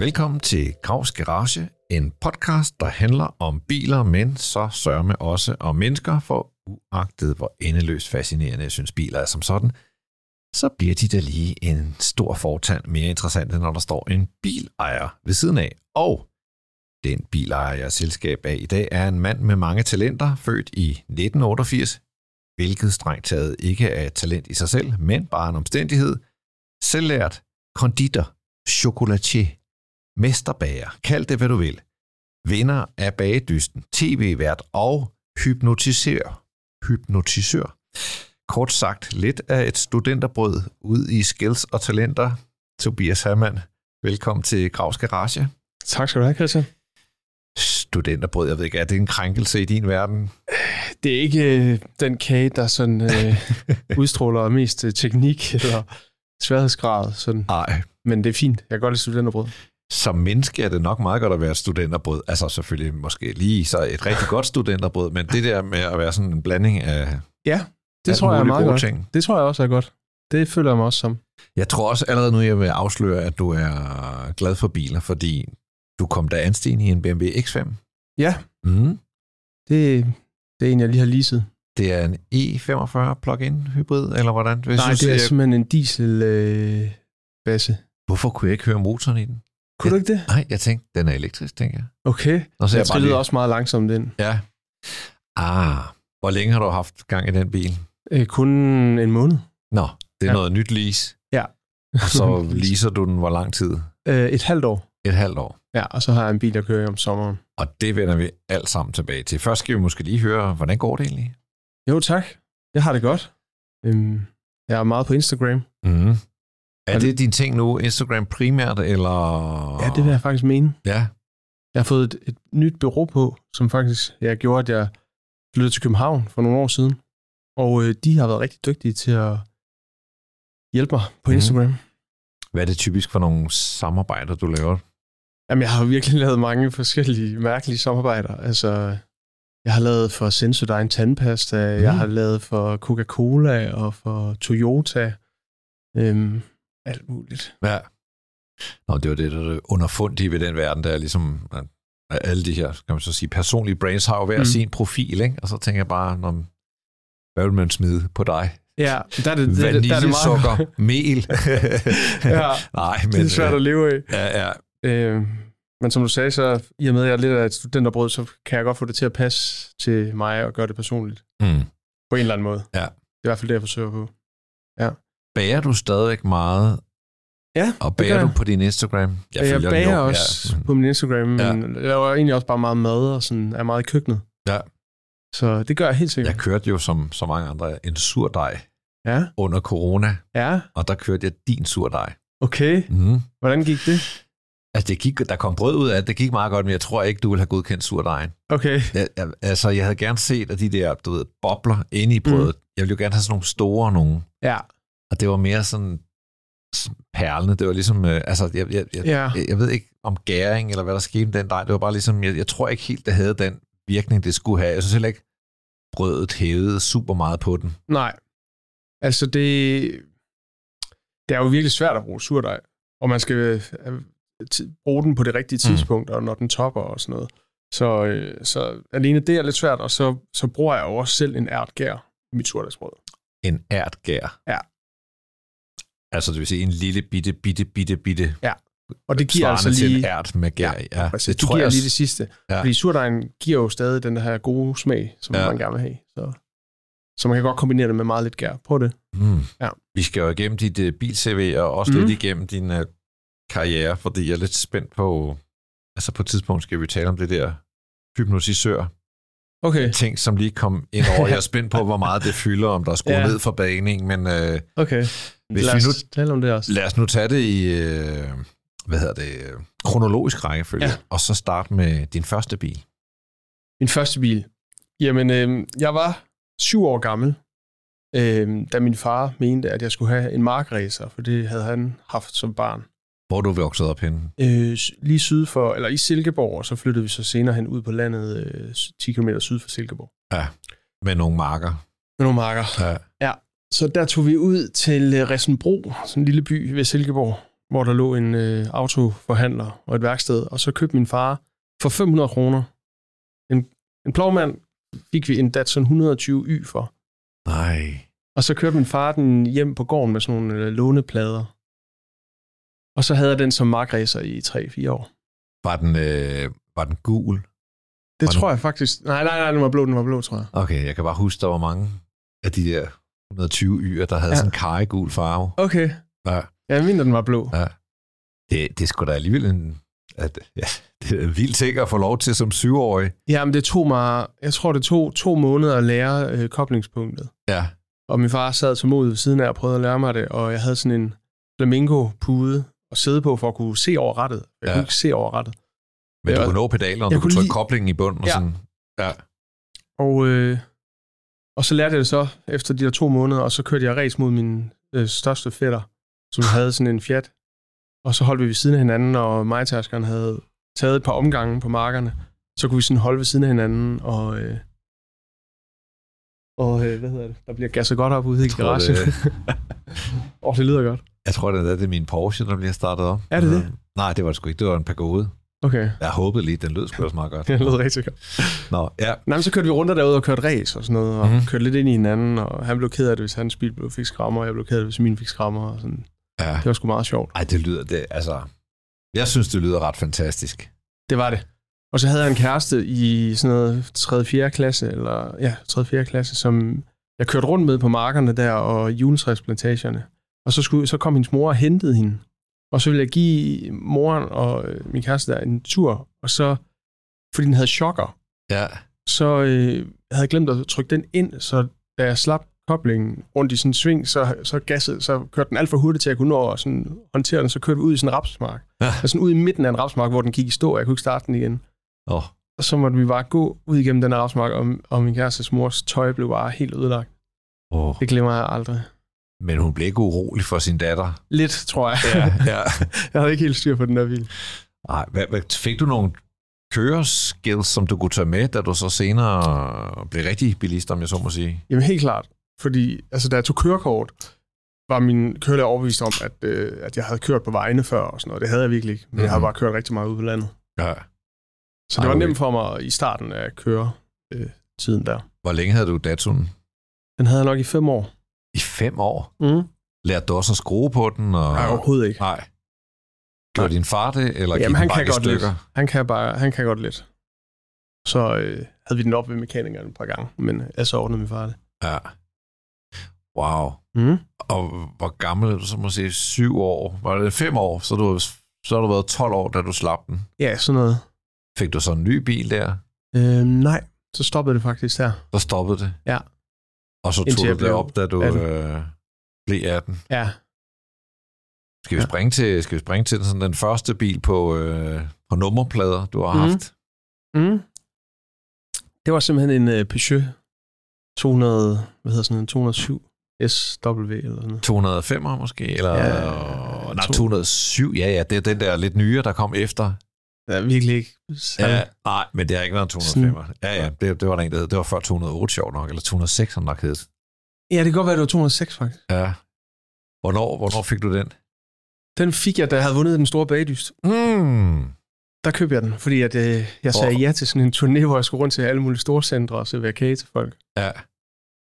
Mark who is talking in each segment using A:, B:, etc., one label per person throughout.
A: Velkommen til Gravs Garage, en podcast, der handler om biler, men så sørger med også om mennesker, for uagtet hvor endeløst fascinerende jeg synes biler er som sådan, så bliver de da lige en stor fortand mere interessante, når der står en bilejer ved siden af. Og den bilejer, jeg er selskab af i dag, er en mand med mange talenter, født i 1988, hvilket strengt taget ikke er et talent i sig selv, men bare en omstændighed. Selvlært, konditor, chocolatier, mesterbager, kald det hvad du vil, vinder af bagedysten, tv-vært og hypnotisør. Hypnotisør. Kort sagt, lidt af et studenterbrød ud i skills og talenter. Tobias Hermann, velkommen til Gravs Garage.
B: Tak skal du have, Christian.
A: Studenterbrød, jeg ved ikke, er det en krænkelse i din verden?
B: Det er ikke øh, den kage, der sådan øh, udstråler mest øh, teknik eller sværhedsgrad, sådan.
A: Nej.
B: men det er fint. Jeg kan godt lide studenterbrød.
A: Som menneske er det nok meget godt at være et studenterbrød. Altså selvfølgelig måske lige så et rigtig godt studenterbrød, men det der med at være sådan en blanding af
B: Ja, det
A: alt
B: tror jeg er
A: muligt
B: meget
A: gode
B: godt.
A: ting.
B: Det tror jeg også er godt. Det føler jeg mig også som.
A: Jeg tror også allerede nu, jeg vil afsløre, at du er glad for biler, fordi du kom da ansten i en BMW X5.
B: Ja.
A: Mm.
B: Det, det er en, jeg lige har leaset.
A: Det er en E45 plug-in hybrid, eller hvordan? Jeg
B: Nej, det er
A: jeg,
B: simpelthen en diesel øh, basse.
A: hvorfor kunne jeg ikke høre motoren i den?
B: Kunne du ikke det?
A: Nej, jeg tænkte, den er elektrisk, tænker jeg.
B: Okay.
A: Nå, så
B: Jeg
A: bare
B: trillede
A: lige-
B: også meget langsomt ind.
A: Ja. Ah, hvor længe har du haft gang i den bil?
B: Øh, kun en måned.
A: Nå, det er ja.
B: Ja.
A: noget nyt lease.
B: Ja.
A: Så leaser du den hvor lang tid?
B: Øh, et halvt år.
A: Et halvt år.
B: Ja, og så har jeg en bil, der kører i om sommeren.
A: Og det vender vi alt sammen tilbage til. Først skal vi måske lige høre, hvordan går det egentlig?
B: Jo, tak. Jeg har det godt. Øhm, jeg er meget på Instagram.
A: Mm. Er
B: Og
A: det din ting nu, Instagram primært, eller...
B: Ja, det vil jeg faktisk mene.
A: Ja,
B: Jeg har fået et, et nyt bureau på, som faktisk jeg gjorde, at jeg flyttede til København for nogle år siden. Og øh, de har været rigtig dygtige til at hjælpe mig på
A: Mhm.
B: Instagram.
A: hvad er det typisk for nogle samarbejder, du laver?
B: Jamen, jeg har virkelig lavet mange forskellige mærkelige samarbejder. Altså, jeg har lavet for Sensodyne tandpasta, mm. jeg
A: Mhm.
B: har lavet for Coca-Cola og for Toyota. Øhm, alt muligt.
A: Ja. Nå, det var det, der er det underfundige ved den verden, der er ligesom... at- at Alle de her, kan man så sige, personlige brains har jo hver
B: Mm.
A: sin profil, ikke? Og så tænker jeg bare, når, hvad vil man smide på dig?
B: Ja, der er det, der, er det, der er det meget...
A: Vaniljesukker, mel.
B: Ja,
A: Nej, men... øh,
B: det er svært at leve af.
A: ja, ja,
B: Øh, men som du sagde, så i og med, at jeg er lidt af et studenterbrød, så kan jeg godt få det til at passe til mig og gøre det personligt.
A: mm.
B: På en eller anden måde.
A: Ja.
B: Det er i hvert fald det, jeg forsøger på.
A: Bager du stadigvæk meget?
B: Ja,
A: Og
B: gør
A: bager du
B: jeg.
A: på din Instagram?
B: Øh, Jeg, jeg
A: følger den
B: bager
A: jo,
B: også
A: Ja. Mm.
B: på min Instagram, men
A: Ja.
B: jeg laver egentlig også bare meget mad og sådan, er meget i køkkenet.
A: Ja.
B: Så det gør jeg helt sikkert.
A: Jeg kørte jo som så mange andre en surdej
B: Ja.
A: under corona,
B: Ja,
A: og der kørte jeg din surdej.
B: okay.
A: Mm.
B: Hvordan gik det?
A: Altså, det gik, der kom brød ud af det, det gik meget godt, men jeg tror ikke, du ville have godkendt surdejen.
B: Okay.
A: Jeg, jeg, altså, jeg havde gerne set, at de der, du ved, bobler inde i brødet, mm. jeg ville jo gerne have sådan nogle store nogen,
B: Mhm. Ja.
A: og det var mere sådan s- perlende, det var ligesom, øh, altså, jeg, jeg, jeg,
B: Ja.
A: jeg, jeg ved ikke om gæring, eller hvad der skete med den dej, det var bare ligesom, jeg, jeg tror ikke helt, det havde den virkning, det skulle have. Jeg synes heller ikke, brødet hævede super meget på den.
B: Nej. Altså, det, det er jo virkelig svært at bruge surdej, og man skal øh, ti- bruge den på det rigtige
A: Mm.
B: tidspunkt, og når den topper og sådan noget. Så, øh, så alene det er lidt svært, og så, så bruger jeg jo også selv en ærtgær i mit surdejsbrød.
A: En ærtgær.
B: Ja.
A: Altså, det vil sige en lille bitte, bitte, bitte, bitte
B: Og det giver
A: svarende
B: altså
A: til en
B: lige...
A: ært med gær. i. Ja,
B: præcis,
A: det
B: det
A: tror
B: giver
A: jeg
B: lige det
A: også.
B: sidste.
A: Ja.
B: Ja. Fordi surdejen giver jo stadig den her gode smag, som
A: Ja.
B: ja. man gerne vil have. Så, så man kan godt kombinere det med meget lidt gær. Prøv det.
A: Mm.
B: Ja.
A: Vi skal jo igennem dit uh, bil-CV og også mm.
B: Mm.
A: lidt igennem din uh, karriere, fordi jeg er lidt spændt på... Altså, på et tidspunkt skal vi tale om det der hypnotisør
B: Okay,
A: ting, som lige kom ind over. Jeg er spændt på, hvor meget det fylder, om der er skruet ja.
B: Ja.
A: ned for baning, men øh,
B: okay.
A: Hvis
B: Lad
A: vi
B: os
A: nu-
B: tale om det også.
A: lad os nu tage det i, øh, hvad hedder det, øh, kronologisk rækkefølge, ja.
B: Ja.
A: og så starte med din første bil.
B: Min første bil. Jamen, øh, jeg var syv år gammel, øh, da min far mente, at jeg skulle have en markracer, for det havde han haft som barn.
A: Hvor er du voksede op henne?
B: Øh, s- lige syd for, eller i Silkeborg, og så flyttede vi så senere hen ud på landet, øh, s- 10 km syd for Silkeborg.
A: Med nogle marker.
B: Med nogle marker.
A: Ja.
B: Så der tog vi ud til øh, Ressenbro, sådan en lille by ved Silkeborg, hvor der lå en øh, autoforhandler og et værksted, og så købte min far for 500 kroner. En, en plovmand fik vi en Datsun 120Y for.
A: Nej.
B: Og så kørte min far den hjem på gården med sådan nogle øh, låneplader. Og så havde jeg den som markræser i 3-4 år.
A: Var den, øh, var den gul?
B: Det
A: Var den-
B: tror jeg faktisk... Nej, nej, nej, den var blå, den var blå, tror jeg.
A: Okay, jeg kan bare huske, der var mange af de der 120 yder, der havde ja.
B: Ja.
A: sådan en karregul farve.
B: Okay.
A: Ja.
B: Jeg mener, den var blå.
A: Ja. Det, det er sgu da alligevel en... At, ja, det er en vild ting at få lov til som syvårig.
B: Ja, men det tog mig... Jeg tror, det tog to måneder at lære øh, koblingspunktet.
A: Ja.
B: Og min far sad som ud ved siden af og prøvede at lære mig det, og jeg havde sådan en flamingo-pude at sidde på for at kunne se over rettet. Jeg
A: Ja.
B: kunne ikke se over rettet.
A: Men du
B: Ja.
A: kunne nå pedalen, og
B: Jeg
A: du kunne
B: kunne
A: trykke
B: lige-
A: koblingen i bunden og
B: Ja.
A: sådan. Ja.
B: Og, øh, og så lærte jeg det så efter de der to måneder, og så kørte jeg race mod min øh, største fætter, som havde sådan en Fiat. Og så holdt vi ved siden af hinanden, og mig og havde taget et par omgange på markerne. Så kunne vi sådan holde ved siden af hinanden, og... Øh, og øh, hvad hedder det? Der bliver gasset godt op ude i
A: tror,
B: garagen. Åh,
A: det-
B: det... oh, det lyder godt.
A: Jeg tror, det er, det er min Porsche, der bliver startet op.
B: Er det det?
A: Nej, det var det sgu ikke. Det var en pagode.
B: Okay,
A: Jeg håbede lige, den lød sgu også meget godt.
B: det lød rigtig godt.
A: Nå, ja.
B: Nej, men så kørte vi rundt derude og kørte race og sådan noget, og
A: Mhm.
B: mm. kørte lidt ind i hinanden, og han blev ked af det, hvis hans bil blev- fik skrammer, og jeg blev ked af det, hvis min fik skrammer, og sådan.
A: ja.
B: Det var sgu meget sjovt.
A: Ej, det lyder... Det, altså, jeg synes, det lyder ret fantastisk.
B: Det var det. Og så havde jeg en kæreste i sådan noget 3. 4. klasse, eller ja, 3. 4. klasse, som jeg kørte rundt med på markerne der og juletræsplantagerne. Og så, skulle, så kom hendes mor og hentede hende. Og så ville jeg give moren og øh, min kæreste der en tur, og så, fordi den havde chokker,
A: Ja.
B: så øh, havde jeg glemt at trykke den ind, så da jeg slap koblingen rundt i sådan en sving, så, så, gassede, så kørte den alt for hurtigt til, at jeg kunne nå at sådan, håndtere den, så kørte vi ud i sådan en rapsmark.
A: Ja.
B: Altså sådan ud i midten af en rapsmark, hvor den gik i stå, og jeg kunne ikke starte den igen.
A: Åh,
B: Og så måtte vi bare gå ud igennem den her rapsmark, og, og min kærestes mors tøj blev bare helt ødelagt.
A: åh.
B: Det glemmer jeg aldrig.
A: Men hun blev ikke urolig for sin datter.
B: Lidt, tror jeg.
A: Ja, ja.
B: Jeg havde ikke helt styr på den der bil.
A: Ej, hvad, hvad, fik du nogle køreskills, som du kunne tage med, da du så senere blev rigtig bilist, om jeg så må sige?
B: Jamen helt klart. Fordi altså, da jeg tog kørekort, var min kørelærer overbevist om, at, øh, at jeg havde kørt på vejene før og sådan noget. Det havde jeg virkelig ikke. Men mm-hmm. jeg havde
A: Mhm.
B: bare kørt rigtig meget ude på landet.
A: Ja.
B: Så det
A: Ej,
B: var
A: okay.
B: nemt for mig i starten at køre øh, tiden der.
A: Hvor længe havde du Datsun?
B: Den havde jeg nok i fem år.
A: I fem år.
B: Mm.
A: Lærte du også at skrue på den? Og...
B: Nej, overhovedet ikke.
A: Nej. Gjorde din far det, eller gik
B: Jamen,
A: den
B: han
A: bare
B: kan
A: i
B: godt
A: stykker?
B: Han kan, bare, han kan godt lidt. Så øh, havde vi den op ved mekanikeren et par gange, men øh, altså ordnede min far det.
A: Ja. Wow.
B: Mm.
A: Og hvor gammel er du så må jeg sige? Syv år? Var det fem år? Så du, så har du været 12 år, da du slap den.
B: Ja, sådan noget.
A: Fik du så en ny bil der?
B: Øh, nej, så stoppede det faktisk der.
A: Så stoppede det?
B: Ja.
A: Og så
B: Indtil
A: tog
B: jeg
A: du det
B: blev
A: op, da du
B: 18.
A: øh, blev 18?
B: Ja,
A: Skal vi
B: Ja.
A: springe til, skal vi springe til sådan den første bil på, øh, på nummerplader, du har
B: Mhm.
A: haft?
B: Mm. Det var simpelthen en uh, Peugeot 200, hvad hedder sådan en 207 SW eller sådan noget.
A: 205'er måske? Eller, ja,
B: Ja,
A: nej,
B: to-
A: 207. Ja, ja, det er den der lidt nyere, der kom efter.
B: Det er virkelig ikke
A: Ja,
B: særlig.
A: nej, men det har ikke været en 205'er. Ja, ja, det, det var der en, der hed. Det var før 208, sjov nok, eller 206, han nok hed.
B: Ja, det kan godt være, det var 206 faktisk.
A: Ja. Hvornår, hvornår fik du den?
B: Den fik jeg, da jeg havde vundet den store bagdyst. Hmm.
A: Mm.
B: Der købte jeg den, fordi at, øh, jeg sagde
A: Hvor-
B: ja til sådan en turné, hvor jeg skulle rundt til alle mulige store centre og servere kage til folk.
A: Ja.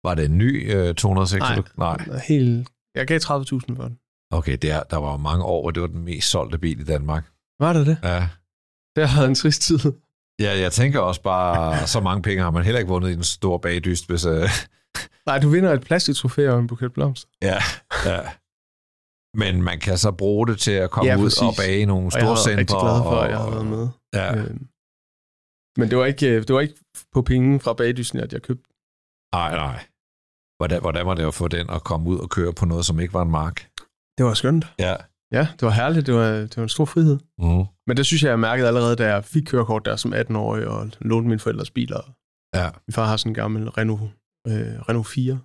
A: Var det en ny øh, 206?
B: Nej.
A: Du- nej.
B: Og Helt, jeg gav 30.000 for den.
A: Okay, det er, der var jo mange år, hvor det var den mest solgte bil i Danmark.
B: Var det det?
A: Ja.
B: Det har været en trist tid.
A: Ja, jeg tænker også bare, så mange penge har man heller ikke vundet i den store bagdyst, hvis... Øh,
B: Nej, du vinder et plastiktrofæ og en buket blomster.
A: ja. Men man kan så bruge det til at komme
B: Ja,
A: ud
B: præcis.
A: og bage i nogle
B: Og jeg
A: store
B: har været rigtig
A: centre.
B: glad for, at jeg har været med.
A: Ja.
B: Øhm, Men det var, ikke, øh, det var ikke på penge fra bagdysten, at jeg købte.
A: Nej, nej. Hvordan, hvordan var det at få den at komme ud og køre på noget, som ikke var en mark?
B: Det var skønt.
A: Ja.
B: Ja, det var herligt. Det var, det var en stor frihed.
A: Mm.
B: Men det synes jeg, jeg mærkede allerede, da jeg fik kørekort der som 18-årig og lånte mine forældres biler.
A: Ja.
B: Min far har sådan en gammel Renault, øh, Renault 4.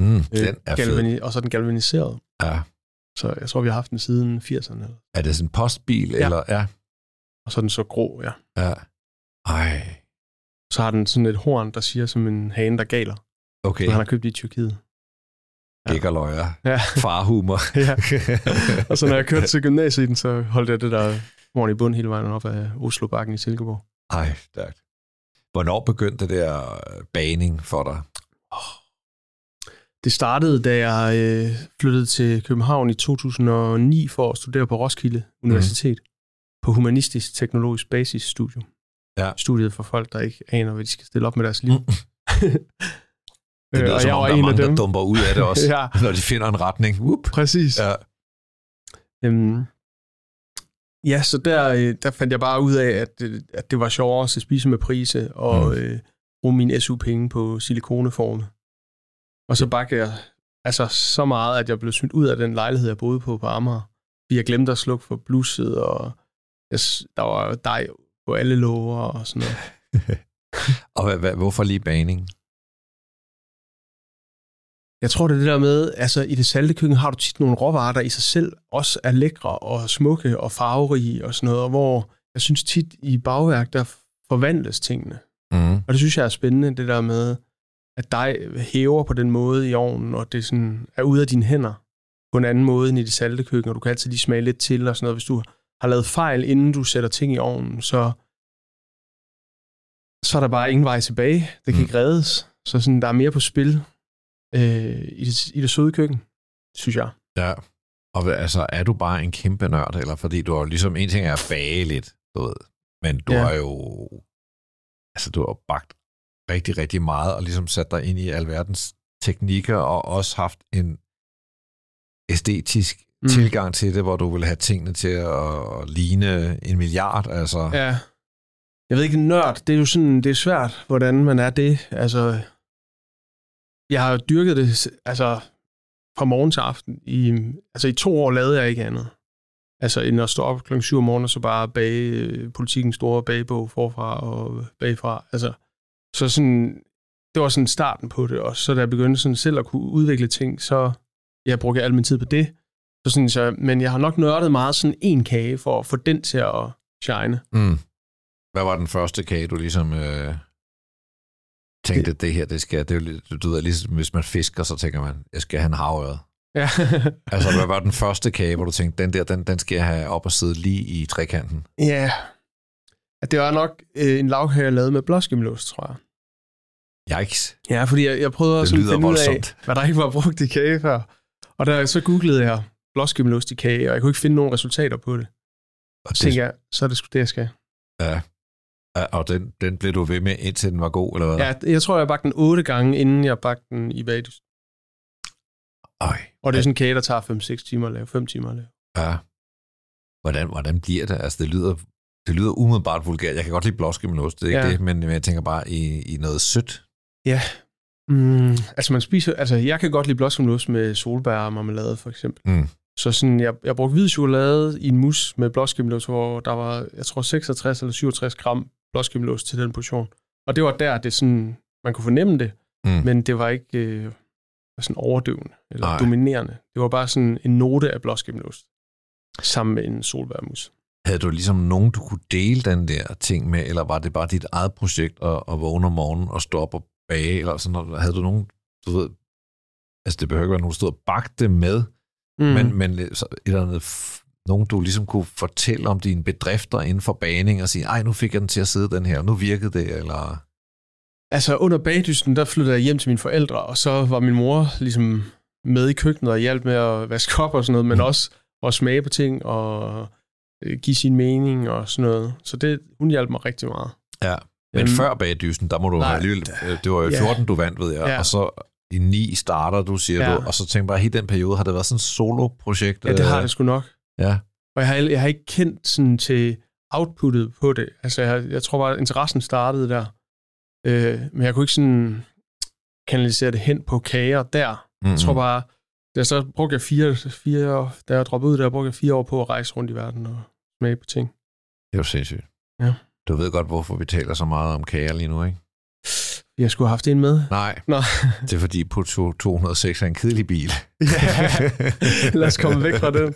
A: Mm,
B: øh,
A: den er fed.
B: Og så er den galvaniseret.
A: Ja.
B: Så jeg tror, vi har haft den siden 80'erne. eller-
A: Er det sådan en postbil?
B: Ja.
A: Eller? Ja.
B: Og så er den så grå, ja.
A: ja. Ej,
B: Så har den sådan et horn, der siger som en hane, der galer.
A: okay.
B: Okay. Han har købt det i Tyrkiet.
A: gækkerløjer,
B: Ja.
A: farhumor.
B: ja. Og så når jeg kørte til gymnasiet i den, så holdt jeg det der morgen i bund hele vejen op af Oslobakken i Silkeborg.
A: Ej, stærkt. Hvornår begyndte det der øh, baning for dig?
B: Det startede, da jeg øh, flyttede til København i 2009 for at studere på Roskilde Universitet på humanistisk teknologisk basisstudium.
A: Mhm. Ja.
B: Studiet for folk, der ikke aner, hvad de skal stille op med deres liv.
A: Mm. Det
B: Øh,
A: lyder som om, der er mange, der dumper ud af det også,
B: ja,
A: når de finder en retning. Whoop.
B: præcis.
A: Ja.
B: Øhm, ja, så der, øh, der fandt jeg bare ud af, at, øh, at det var sjovere at spise med prise og
A: Mm.
B: mm. øh, bruge mine SU-penge på silikoneforme. Og så bagte jeg altså så meget, at jeg blev smidt ud af den lejlighed, jeg boede på på Amager. Fordi jeg glemte at slukke for blusset, og jeg, s- der var dej på alle låger og sådan noget.
A: Og hvad, hvad, hvorfor lige baning?
B: Jeg tror, det er det der med, altså i det salte køkken har du tit nogle råvarer, der i sig selv også er lækre og smukke og farverige og sådan noget, og hvor jeg synes tit i bagværk, der forvandles tingene.
A: Mm.
B: Og det synes jeg er spændende, det der med, at dig hæver på den måde i ovnen, og det sådan er ude af dine hænder på en anden måde end i det salte køkken, og du kan altid lige smage lidt til og sådan noget. Hvis du har lavet fejl, inden du sætter ting i ovnen, så, så er der bare ingen vej tilbage. Det kan
A: Mm.
B: mm. ikke reddes. Så sådan, der er mere på spil øh, i, det, i det søde køkken, synes jeg.
A: Ja. Og hvad, altså, er du bare en kæmpe nørd, eller fordi du har jo ligesom, en ting er at bage lidt, du ved, men du ja.
B: Ja.
A: har jo, altså du har jo bagt rigtig, rigtig meget, og ligesom sat dig ind i alverdens teknikker, og også haft en æstetisk mm.
B: Mm.
A: tilgang til det, hvor du vil have tingene til at, at ligne en milliard, altså.
B: Ja. Jeg ved ikke, nørd, det er jo sådan, det er svært, hvordan man er det. Altså, jeg har dyrket det, s- altså, fra morgen til aften. I, altså, i to år lavede jeg ikke andet. Altså, end at stå op klokken 7 om morgenen, og så bare bage øh, politikens store bagebog forfra og bagfra. Altså, så sådan, det var sådan starten på det, og så da jeg begyndte sådan selv at kunne udvikle ting, så jeg brugte al min tid på det. Så sådan, så, men jeg har nok nørdet meget sådan en kage for at få den til at shine.
A: Mm. Hvad var den første kage, du ligesom øh, tænkte, det, det her, det skal jeg- det er jo, lidt- du, du ved, ligesom hvis man fisker, så tænker man, jeg skal have en havørred.
B: Ja.
A: Altså, hvad var den første kage, hvor du tænkte, den der, den, den skal jeg have op og sidde lige i trekanten?
B: ja. At Det var nok øh, en lavkage, jeg lavede med blåskimmelost, tror jeg.
A: Yikes.
B: Ja, fordi jeg, jeg prøvede
A: Det
B: også at
A: lyder
B: finde ud
A: voldsomt.
B: af, hvad der ikke var brugt i kage før. Og der, så googlede jeg blåskimmelost i kage, og jeg kunne ikke finde nogen resultater på det.
A: Og,
B: Så
A: det,
B: tænkte jeg, så er det sgu det, jeg skal.
A: ja, og den, den blev du ved med, indtil den var god, eller hvad?
B: Ja, jeg tror, jeg bagte den otte gange, inden jeg bagte den i bagdys.
A: Ej,
B: Og det er sådan en kage, der tager 5-6 timer at lave, 5 timer at lave.
A: ja. Hvordan, hvordan bliver det? Altså, det lyder, det lyder umiddelbart vulgært. Jeg kan godt lide blåskimmelost, det er ikke ja.
B: Ja.
A: det, men, men jeg tænker bare i, i noget sødt.
B: Mm, altså, man spiser, altså, jeg kan godt lide blåskimmelost med solbær og marmelade, for eksempel.
A: Mm.
B: Så sådan, jeg, jeg brugte hvid chokolade i en mus med blåskimmelost, hvor der var, jeg tror, 66 eller 67 gram blåskimmelost til den portion. Og det var der, det sådan, man kunne fornemme det,
A: Mm.
B: men det var ikke øh, sådan overdøvende eller
A: Nej.
B: Nej. dominerende. Det var bare sådan en note af blåskimmelost sammen med en solbærmus.
A: Havde du ligesom nogen, du kunne dele den der ting med, eller var det bare dit eget projekt at, at vågne om morgenen og stå op og bage, eller sådan noget? Havde du nogen, du ved, altså det behøver ikke være nogen, du stod og bagte det med,
B: Mm.
A: mm. men, men så et eller andet, f- nogen, du ligesom kunne fortælle om dine bedrifter inden for baning, og sige, ej, nu fik jeg den til at sidde den her, nu virkede det, eller...
B: Altså under bagdysten, der flyttede jeg hjem til mine forældre, og så var min mor ligesom med i køkkenet og hjalp med at vaske op og sådan noget, men
A: Mm.
B: også at smage på ting og øh, give sin mening og sådan noget. Så det, hun hjalp mig rigtig meget.
A: Ja, men
B: Øhm,
A: før bagdysen, der må du
B: nej,
A: have alligevel, øh, det var jo
B: ja.
A: 14, du vandt, ved jeg,
B: Ja.
A: og så i 9 starter du, siger
B: Ja.
A: du, og så tænk bare, hele den periode, har det været sådan et solo-projekt?
B: Ja, det har
A: øh,
B: det sgu nok.
A: Ja.
B: Og jeg har, jeg har ikke kendt sådan til outputtet på det. Altså, jeg, har- jeg tror bare, at interessen startede der. Øh, men jeg kunne ikke sådan kanalisere det hen på kager der.
A: Mm-hmm.
B: Jeg tror bare, da jeg så brugte jeg fire, fire år, da jeg droppede ud, der brugte jeg fire år på at rejse rundt i verden og smage på ting.
A: Det er jo sindssygt.
B: Ja.
A: Du ved godt, hvorfor vi taler så meget om kager lige nu, ikke?
B: Jeg skulle have haft en med.
A: Nej,
B: Nå.
A: det er fordi Puto 206 er en kedelig bil.
B: Lad os komme væk fra den.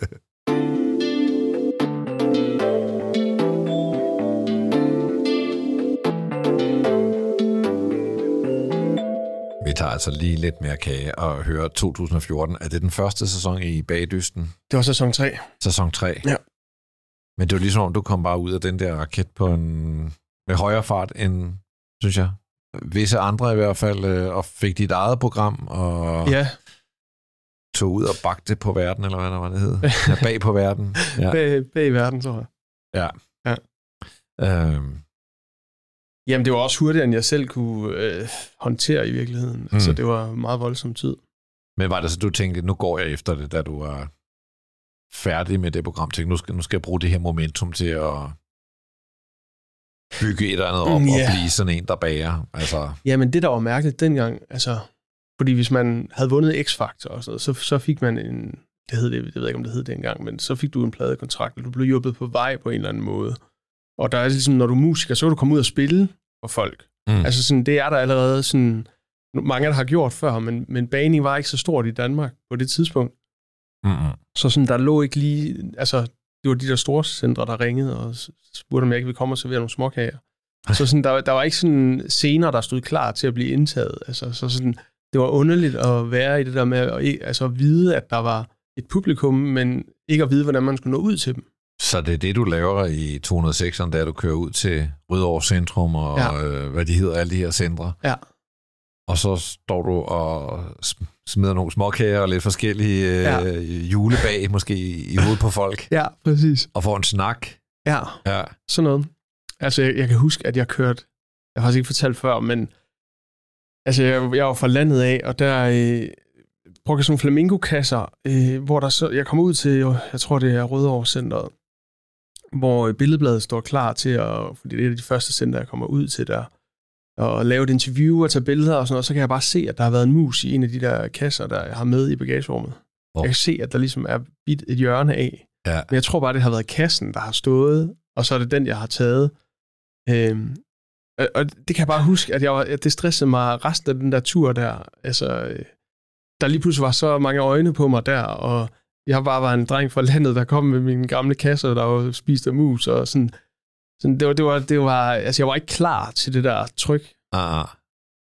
A: Mit tager altså lige lidt mere kage og hører 2014. Er det den første sæson i Bagdysten?
B: Det var sæson 3.
A: Sæson 3?
B: Ja.
A: Men det var ligesom om, du kom bare ud af den der raket på en, med højere fart end, synes jeg, visse andre i hvert fald, øh, og fik dit eget program, og
B: Ja,
A: tog ud og bagte på verden, eller hvad der var, det hed. Ja, bag på verden. Ja.
B: bag, bag i verden, tror jeg.
A: Øhm,
B: Jamen, det var også hurtigere, end jeg selv kunne øh, håndtere i virkeligheden. Mm. Altså,
A: Mm.
B: det var meget voldsom tid.
A: men var det så, du tænkte, nu går jeg efter det, da du var færdig med det program? Tænkte, nu skal, nu skal jeg bruge det her momentum til at bygge et eller andet op,
B: Mm,
A: yeah.
B: ja.
A: og blive sådan en, der bager. Altså,
B: Jamen, det der var mærkeligt dengang, altså, fordi hvis man havde vundet X-Factor og sådan noget, så, så fik man en, det hed det, det ved jeg ikke, om det hed dengang, men så fik du en pladekontrakt, og du blev hjulpet på vej på en eller anden måde. Og der er ligesom, når du er musiker, så kan du komme ud og spille for folk.
A: mm.
B: Altså sådan, det er der allerede sådan, mange der har gjort før, men, men baning var ikke så stort i Danmark på det tidspunkt.
A: Mm-mm.
B: Så sådan, der lå ikke lige, altså, det var de der store centre, der ringede og s- spurgte, om jeg ikke ville komme og servere nogle småkager. Så sådan, der, der var ikke sådan scener, der stod klar til at blive indtaget. Altså, så sådan, det var underligt at være i det der med at, ikke- altså, at vide, at der var et publikum, men ikke at vide, hvordan man skulle nå ud til dem.
A: Så det er det, du laver i 206'eren, da du kører ud til Rødovre Centrum og ja.
B: Ja.
A: øh, hvad de hedder, alle de her centre.
B: Ja.
A: Og så står du og sm- smider nogle småkager og lidt forskellige øh, ja.
B: Ja.
A: julebag måske i hovedet på folk,
B: Ja, præcis.
A: og får en snak.
B: Ja,
A: Ja.
B: sådan noget. Altså, jeg, jeg kan huske, at jeg kørte, jeg har faktisk ikke fortalt før, men altså, jeg, jeg var fra landet af, og der øh, brugte jeg sådan nogle flamingokasser, øh, hvor der så, jeg kom ud til, jeg tror det er Rødovre Centeret, hvor øh, Billedbladet står klar til at, fordi det er et af de første center, jeg kommer ud til der, og lave et interview og tage billeder og sådan noget, så kan jeg bare se, at der har været en mus i en af de der kasser, der jeg har med i bagagerummet.
A: Hvor-
B: Jeg kan se, at der ligesom er bidt et hjørne af,
A: Ja.
B: men jeg tror bare, det har været kassen, der har stået, og så er det den, jeg har taget. Øhm, og, og det kan jeg bare huske, at, jeg var, at det stressede mig resten af den der tur der. Altså, øh, der lige pludselig var så mange øjne på mig der, og jeg bare var en dreng fra landet, der kom med mine gamle kasser, der var spist af mus, og sådan, sådan det, var, det, var, det var, altså jeg var ikke klar til det der tryk,
A: Ah, ah.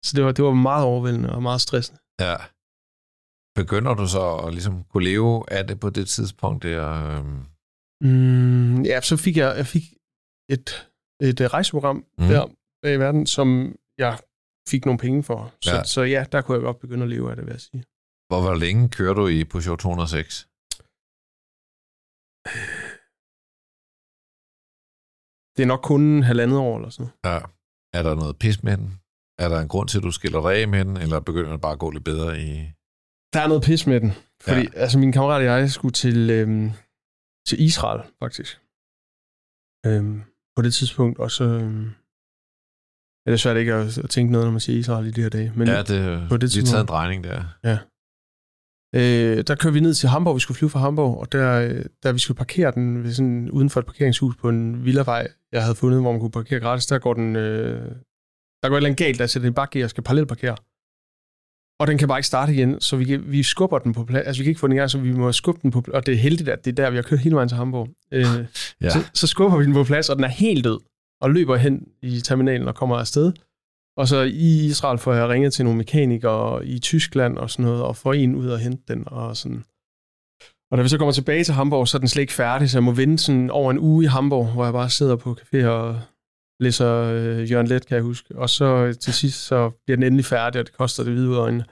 B: så det var, det var meget overvældende og meget stressende.
A: ja. Begynder du så at ligesom kunne leve af det på det tidspunkt? Der, øhm,
B: Mm, ja, så fik jeg, jeg fik et, et øh, rejseprogram mm. der bag i verden, som jeg fik nogle penge for. Så
A: Ja.
B: ja. så ja, der kunne jeg godt begynde at leve af det, vil jeg sige.
A: Hvor, hvor længe kører du i Peugeot 206?
B: Det er nok kun halvandet år eller sådan noget.
A: Ja. Er der noget pis med den? Er der en grund til, at du skiller dig af med den, eller begynder det bare at gå lidt bedre i...
B: Der er noget pis med den. Fordi
A: Ja.
B: ja. altså, min kammerat og jeg skulle til, øhm, til Israel, faktisk. Øhm, på det tidspunkt, og så... Øhm, ja, det er svært ikke at, at tænke noget, når man siger Israel i de her dage. Men
A: Ja,
B: ja.
A: det,
B: på
A: det lige
B: det
A: taget en
B: tidspunkt-
A: drejning der.
B: øh, der kører vi ned til Hamburg. Vi skulle flyve fra Hamburg, og der, øh, der vi skulle parkere den ved sådan, uden for et parkeringshus på en villavej, jeg havde fundet, hvor man kunne parkere gratis. Der går den... Øh, der går et eller andet galt, altså, der sætter den i bakke, og skal parallelparkere. Og den kan bare ikke starte igen, så vi, kan- vi skubber den på plads. Altså, vi kan ikke få den i gang, så vi må skubbe den på pla- Og det er heldigt, at det er der, vi har kørt hele vejen til Hamburg. Øh,
A: Ja.
B: ja. så, så skubber vi den på plads, og den er helt død. Og løber hen i terminalen og kommer afsted. Og så i Israel får jeg ringet til nogle mekanikere i Tyskland og sådan noget, og får en ud og hente den og sådan. Og da vi så kommer tilbage til Hamburg, så er den slet ikke færdig, så jeg må vente sådan over en uge i Hamburg, hvor jeg bare sidder på café og læser øh, Jørgen Let, kan jeg huske. Og så øh, til sidst, så bliver den endelig færdig, og det koster det hvide ud af øjnene.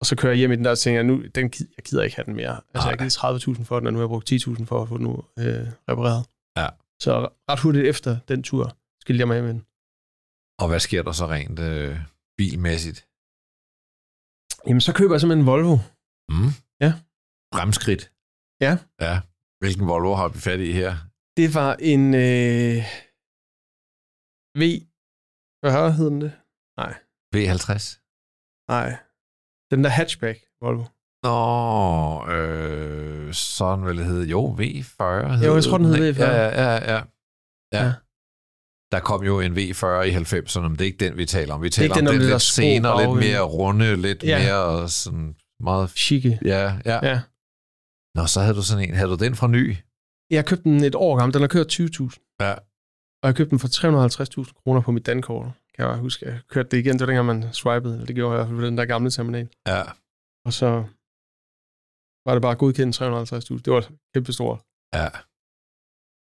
B: Og så kører jeg hjem i den der, og tænker, nu, den, gid- jeg gider ikke have den mere. Altså, jeg har givet 30.000 for den, og nu har jeg brugt 10.000 for at få den nu, øh, repareret.
A: Ja.
B: Så ret hurtigt efter den tur, skilte jeg mig af med den.
A: Og hvad sker der så rent øh, bilmæssigt?
B: Jamen, så køber jeg simpelthen en Volvo.
A: Mm.
B: Ja.
A: Fremskridt.
B: Ja.
A: Ja. Hvilken Volvo har vi fat i her?
B: Det var en øh, V... Hvad hed den det?
A: V50?
B: Nej. Den der hatchback, Volvo.
A: Nå, øh, sådan vil det hedde. Jo, V40 hed
B: Jo, jeg tror, den hed
A: ikke?
B: V40.
A: Ja, ja, ja, ja. ja.
B: Ja.
A: Der kom jo en V40 i 90'erne, men det er ikke den, vi taler om. Vi taler
B: ikke
A: om
B: den,
A: den,
B: om det
A: lidt
B: der skrå
A: senere, lidt
B: baghjul.
A: mere runde, lidt ja.
B: Ja.
A: mere sådan meget...
B: Chique.
A: Ja, ja, ja.
B: Ja.
A: Nå, så havde du sådan en. Havde du den fra ny?
B: Jeg købte den et år gammel. Den har kørt 20.000.
A: Ja.
B: Og jeg købte den for 350.000 kroner på mit dankort. kan jeg huske. Jeg kørte det igen, det var dengang, man swipede, eller det gjorde jeg i hvert fald på den der gamle terminal.
A: Ja.
B: Og så var det bare godkendt 350.000. Det var kæmpe stort.
A: ja.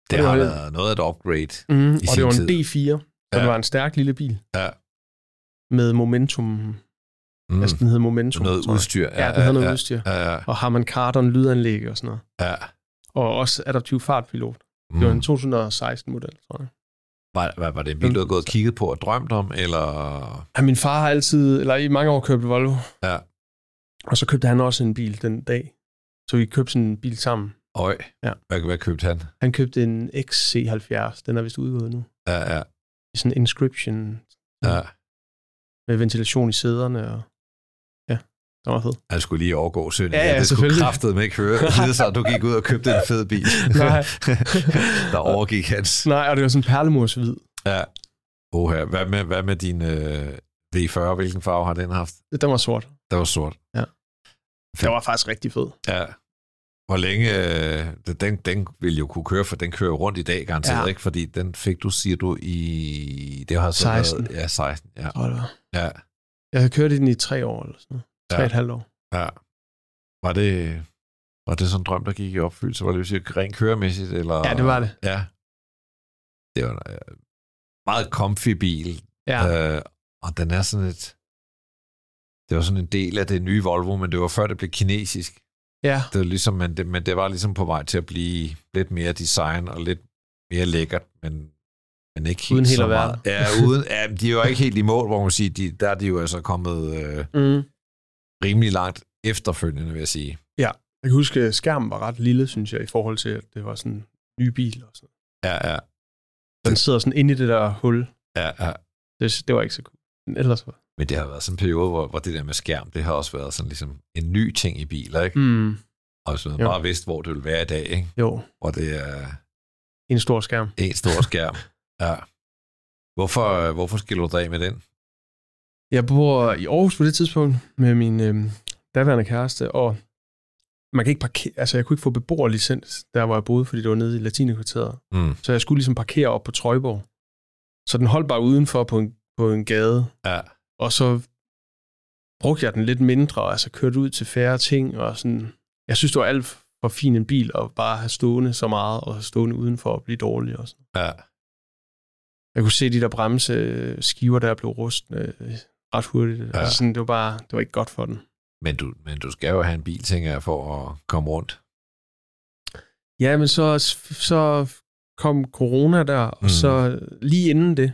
A: Det,
B: Det var
A: har
B: det.
A: været noget af et upgrade. i
B: Mm, og
A: sin
B: det var en
A: tid.
B: D4, så
A: Ja.
B: ja. det var en stærk lille bil.
A: Ja.
B: Med momentum. Mm.
A: Mm.
B: Altså, den hed momentum.
A: Noget
B: tror jeg.
A: udstyr.
B: Ja, den havde noget udstyr.
A: Ja, ja,
B: Og Harman Kardon lydanlæg og sådan noget.
A: ja.
B: Og også adaptiv fartpilot.
A: Mm.
B: Det var en 2016-model, tror jeg.
A: Var, var, var det en bil, du havde gået og kigget på og drømt om, eller...
B: Ja, min far har altid, eller i mange år købt Volvo.
A: Ja.
B: Og så købte han også en bil den dag. Så vi købte sådan en bil sammen.
A: Øj,
B: Ja.
A: hvad, hvad købte han?
B: Han købte en XC70. Den er vist udgået nu.
A: Ja, ja,
B: Det er Sådan en inscription
A: ja.
B: Mm. med ventilation i sæderne. Og... Ja, den var fed.
A: Han skulle lige overgå søen.
B: Ja, ja,
A: det skulle
B: selvfølgelig.
A: kraftedeme ikke høre. Lide sig, at du gik ud og købte en fed bil.
B: Nej.
A: der overgik hans.
B: Nej, og det var sådan en perlemorshvid.
A: Ja. Oha. Hvad med, hvad med din øh, V40? Hvilken farve har den haft?
B: Den var sort.
A: Der var sort.
B: Den var faktisk rigtig fed.
A: Ja. Hvor længe... Øh, den, den vil jo kunne køre, for den kører jo rundt i dag garanteret, ja.
B: Ja.
A: ikke? Fordi den fik du, siger du, i... Det har så
B: 16.
A: Været, ja, 16. Ja.
B: Tror jeg, det var.
A: ja.
B: Jeg havde kørt i den i tre år eller sådan noget. Tre
A: Ja.
B: og et halvt år.
A: Ja. Var det, var det sådan en drøm, der gik i opfyldelse? Var det vil sige, rent køremæssigt? Eller?
B: Ja, det var det.
A: Ja. Det var en øh, meget comfy bil.
B: Ja.
A: Øh, og den er sådan et... Det var sådan en del af det nye Volvo, men det var før det blev kinesisk.
B: Ja,
A: Det var ligesom, men, det, men det var ligesom på vej til at blive lidt mere design og lidt mere lækkert, men, men ikke helt
B: Uden helt
A: så
B: at være
A: meget. Ja, uden, ja, de er jo ikke helt i mål, hvor man siger, de, der er de jo altså kommet øh,
B: mm.
A: rimelig langt efterfølgende, vil jeg sige.
B: Jeg kan huske, at skærmen var ret lille, synes jeg, i forhold til, at det var sådan en ny bil. Og sådan. noget.
A: Ja, ja,
B: Den sidder sådan inde i det der hul.
A: ja, ja.
B: Det, det var ikke så cool. Men ellers var
A: Men det har været sådan en periode, hvor, hvor det der med skærm, det har også været sådan ligesom en ny ting i biler, ikke?
B: mm.
A: Og hvis man
B: Jo.
A: bare vidste, hvor det ville være i dag, ikke?
B: Jo,
A: Hvor det er
B: en stor skærm.
A: en stor skærm. ja. Hvorfor, øh, hvorfor skiller du dig af med den?
B: Jeg bor i Aarhus på det tidspunkt med min øh, daværende kæreste, og man kan ikke parkere, altså jeg kunne ikke få beboerlicens, der hvor jeg boede, fordi det var nede i latinekvarteret.
A: Mm.
B: Så jeg skulle ligesom parkere op på Trøjborg. Så den holdt bare udenfor på en, på en gade,
A: Ja,
B: og så brugte jeg den lidt mindre, altså kørte ud til færre ting, og sådan, jeg synes, det var alt for fin en bil at bare have stående så meget, og have stående udenfor og blive dårlig og sådan.
A: ja,
B: Jeg kunne se de der bremseskiver, der blev rustne øh, ret hurtigt. Ja.
A: Ja.
B: Altså sådan, det var bare, det var ikke godt for den.
A: men du, men du skal jo have en bil, tænker jeg, for at komme rundt.
B: Ja, men så, så kom corona der, og
A: Mm.
B: mm. så lige inden det,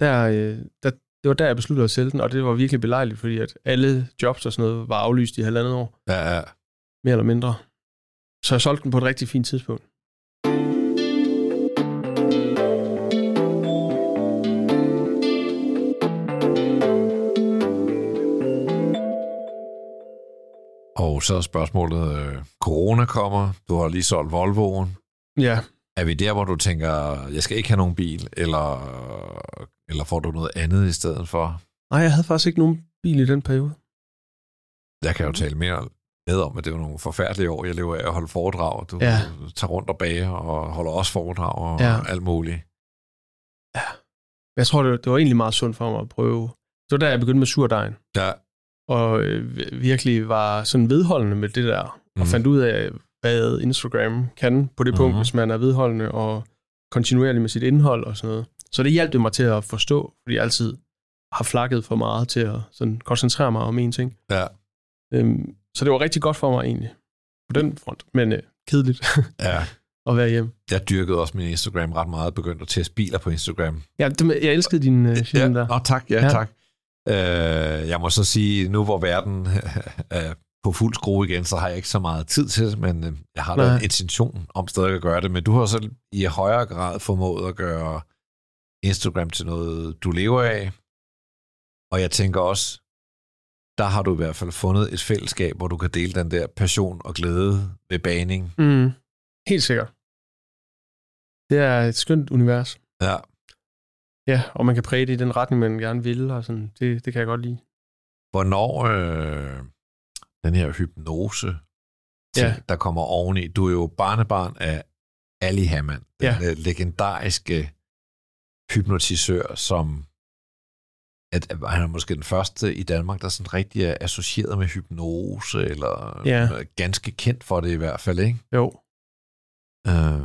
B: der, øh, der, det var der, jeg besluttede at sælge den, og det var virkelig belejligt, fordi at alle jobs og sådan noget var aflyst i halvandet år.
A: Ja, ja.
B: mere eller mindre. Så jeg solgte den på et rigtig fint tidspunkt.
A: Og så er spørgsmålet, øh, corona kommer, du har lige solgt Volvoen.
B: Ja,
A: Er vi der, hvor du tænker, jeg skal ikke have nogen bil, eller, øh, eller får du noget andet i stedet for?
B: nej, jeg havde faktisk ikke nogen bil i den periode.
A: Jeg kan jo tale mere med om, at det var nogle forfærdelige år, jeg lever af at holde foredrag, og du ja.
B: Ja.
A: tager rundt og bager, og holder også foredrag og ja.
B: Ja.
A: alt muligt.
B: Jeg tror, det var, det var egentlig meget sundt for mig at prøve. Så der, jeg begyndte med surdejen,
A: Ja,
B: og øh, virkelig var sådan vedholdende med det der, mm.
A: Mhm.
B: og fandt ud af, hvad Instagram kan på det punkt,
A: Mhm.
B: mm. hvis man er vedholdende og kontinuerlig med sit indhold og sådan noget. Så det hjalp det mig til at forstå, fordi jeg altid har flakket for meget til at sådan koncentrere mig om én ting.
A: ja,
B: Øhm, så det var rigtig godt for mig egentlig, på den front, men øh, kedeligt
A: ja.
B: at være hjemme.
A: Jeg dyrkede også min Instagram ret meget, begyndte at teste biler på Instagram.
B: Ja, det, jeg elskede din øh, film
A: ja.
B: der.
A: Nå, tak, ja, ja.
B: Ja.
A: tak. Øh, jeg må så sige, nu hvor verden er på fuld skrue igen, så har jeg ikke så meget tid til det, men øh, jeg har da
B: Nej.
A: en intention om stadig at gøre det, men du har så i højere grad formået at gøre Instagram til noget, du lever af, og jeg tænker også, der har du i hvert fald fundet et fællesskab, hvor du kan dele den der passion og glæde ved baning.
B: Mm. Helt sikkert. Det er et skønt univers.
A: Ja,
B: Ja, og man kan præge det i den retning, man gerne vil, og sådan. Det, det kan jeg godt lide.
A: hvornår øh, den her hypnose, ting, ja. der kommer oveni. Du er jo barnebarn af Ali Hammann, den ja. legendariske øh, hypnotisør, som at at han er måske den første i Danmark, der sådan rigtig er associeret med hypnose, eller
B: Ja.
A: øh, ganske kendt for det i hvert fald, ikke?
B: Jo.
A: Øh,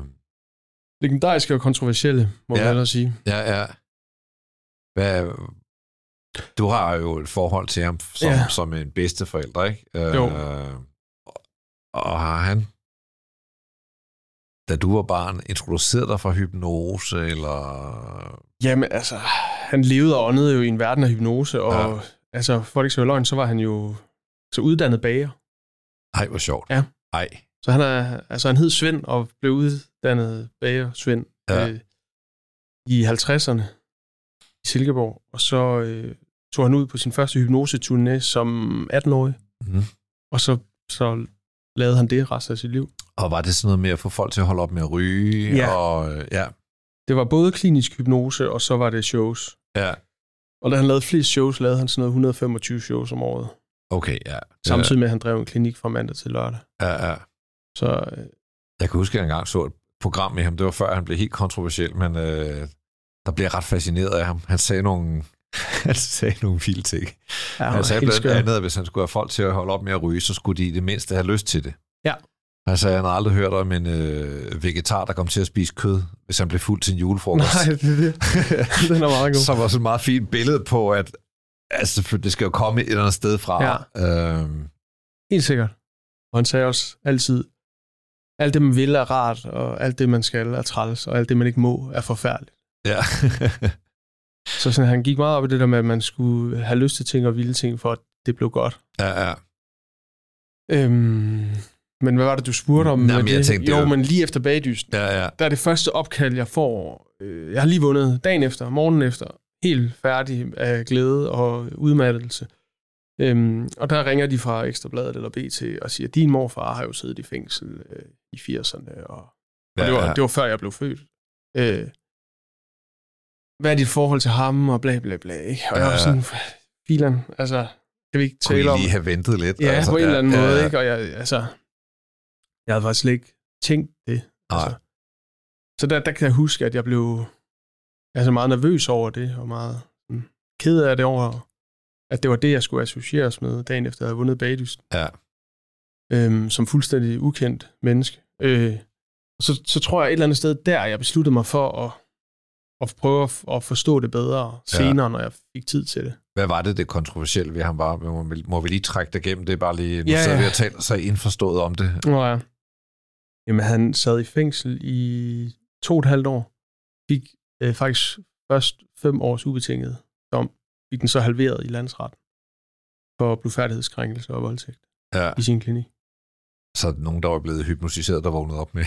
B: Legendariske og kontroversielle, må
A: Ja.
B: man hellere sige.
A: ja, ja. Hvad, du har jo et forhold til ham som,
B: Ja.
A: ja. som en bedsteforælder, ikke? Øh,
B: Jo.
A: og- Og har han, da du var barn, introduceret dig for hypnose, eller...
B: Jamen, altså, han levede og åndede jo i en verden af hypnose, og
A: Ja.
B: ja. altså, for det ikke skal være løgn, så var han jo så uddannet bager.
A: Ej, hvor sjovt.
B: Ja.
A: Ej,
B: Så han, er, altså, han hed Svend og blev uddannet bager Svend
A: Ja.
B: ja. øh, i 50'erne i Silkeborg. Og så øh, tog han ud på sin første hypnoseturné som 18-årig,
A: Mhm.
B: og så, så lavede han det resten af sit liv.
A: Og var det sådan noget med at få folk til at holde op med at ryge?
B: Ja.
A: Og, øh, ja,
B: Det var både klinisk hypnose, og så var det shows.
A: ja.
B: Og da han lavede flest shows, lavede han sådan noget 125 shows om året.
A: Okay, ja. Øh,
B: Samtidig med, at han drev en klinik fra mandag til lørdag.
A: Ja, ja.
B: Så øh,
A: Jeg kan huske, at jeg engang så et program med ham. Det var før, han blev helt kontroversiel, men øh, der blev jeg ret fascineret af ham. Han sagde nogle, han sagde nogle vilde ting.
B: ja,
A: Han sagde
B: helt
A: blandt
B: skør.
A: andet, at hvis han skulle have folk til at holde op med at ryge, så skulle de i det mindste have lyst til det.
B: Ja.
A: Han sagde, at han har aldrig hørt om en øh, vegetar, der kom til at spise kød, hvis han blev fuld til en julefrokost.
B: Nej, det er det. Den er meget god.
A: som var sådan et meget fint billede på, at altså, for det skal jo komme et eller andet sted fra. Ja. Øhm,
B: Helt sikkert. Og han sagde også altid, alt det, man vil, er rart, og alt det, man skal, er træls, og alt det, man ikke må, er forfærdeligt.
A: ja.
B: Så sådan, han gik meget op i det der med, at man skulle have lyst til ting og vilde ting, for at det blev godt.
A: ja, ja.
B: Øhm, men hvad var det, du spurgte om?
A: Nej,
B: med
A: men jeg
B: det?
A: tænkte, det
B: jo,
A: var-
B: men lige efter bagdysten,
A: Ja, ja.
B: der er det første opkald, jeg får. Øh, jeg har lige vundet dagen efter, morgenen efter, helt færdig af glæde og udmattelse. Øhm, og der ringer de fra Ekstrabladet eller BT og siger, din morfar har jo siddet i fængsel øh, i 80'erne, og, og
A: ja,
B: det, var,
A: ja.
B: det var før jeg blev født. Øh, hvad er dit forhold til ham, og bla bla bla, ikke? Og jeg
A: Ja,
B: var
A: ja.
B: sådan, filan, altså, kan vi ikke
A: Kunne I
B: tale om...
A: lige have ventet lidt?
B: Ja, altså, på en eller anden
A: ja,
B: måde,
A: ja,
B: ikke? Og jeg, altså, jeg havde faktisk slet ikke tænkt det.
A: Nej.
B: Altså. Så der, der kan jeg huske, at jeg blev altså meget nervøs over det, og meget mm, ked af det over, at det var det, jeg skulle associeres med dagen efter, jeg havde vundet Bagdys.
A: Ja.
B: Øhm, som fuldstændig ukendt menneske. Øh, så, så tror jeg et eller andet sted der, jeg besluttede mig for at, at prøve at, f- at forstå det bedre senere, ja. når jeg fik tid til det.
A: Hvad var det, det kontroversielle ved ham var? Må, vi- må vi lige trække dig igennem det? Bare lige, nu
B: Ja,
A: ja, sidder
B: ja.
A: vi og taler så indforstået om det.
B: Nå ja. Jamen, han sad i fængsel i to og et halvt år. Fik øh, faktisk først fem års ubetinget dom. Fik den så halveret i landsretten for blufærdighedskrænkelse og voldtægt
A: Ja.
B: i sin klinik.
A: Så er der nogen, der var blevet hypnotiseret, der vågnede op med.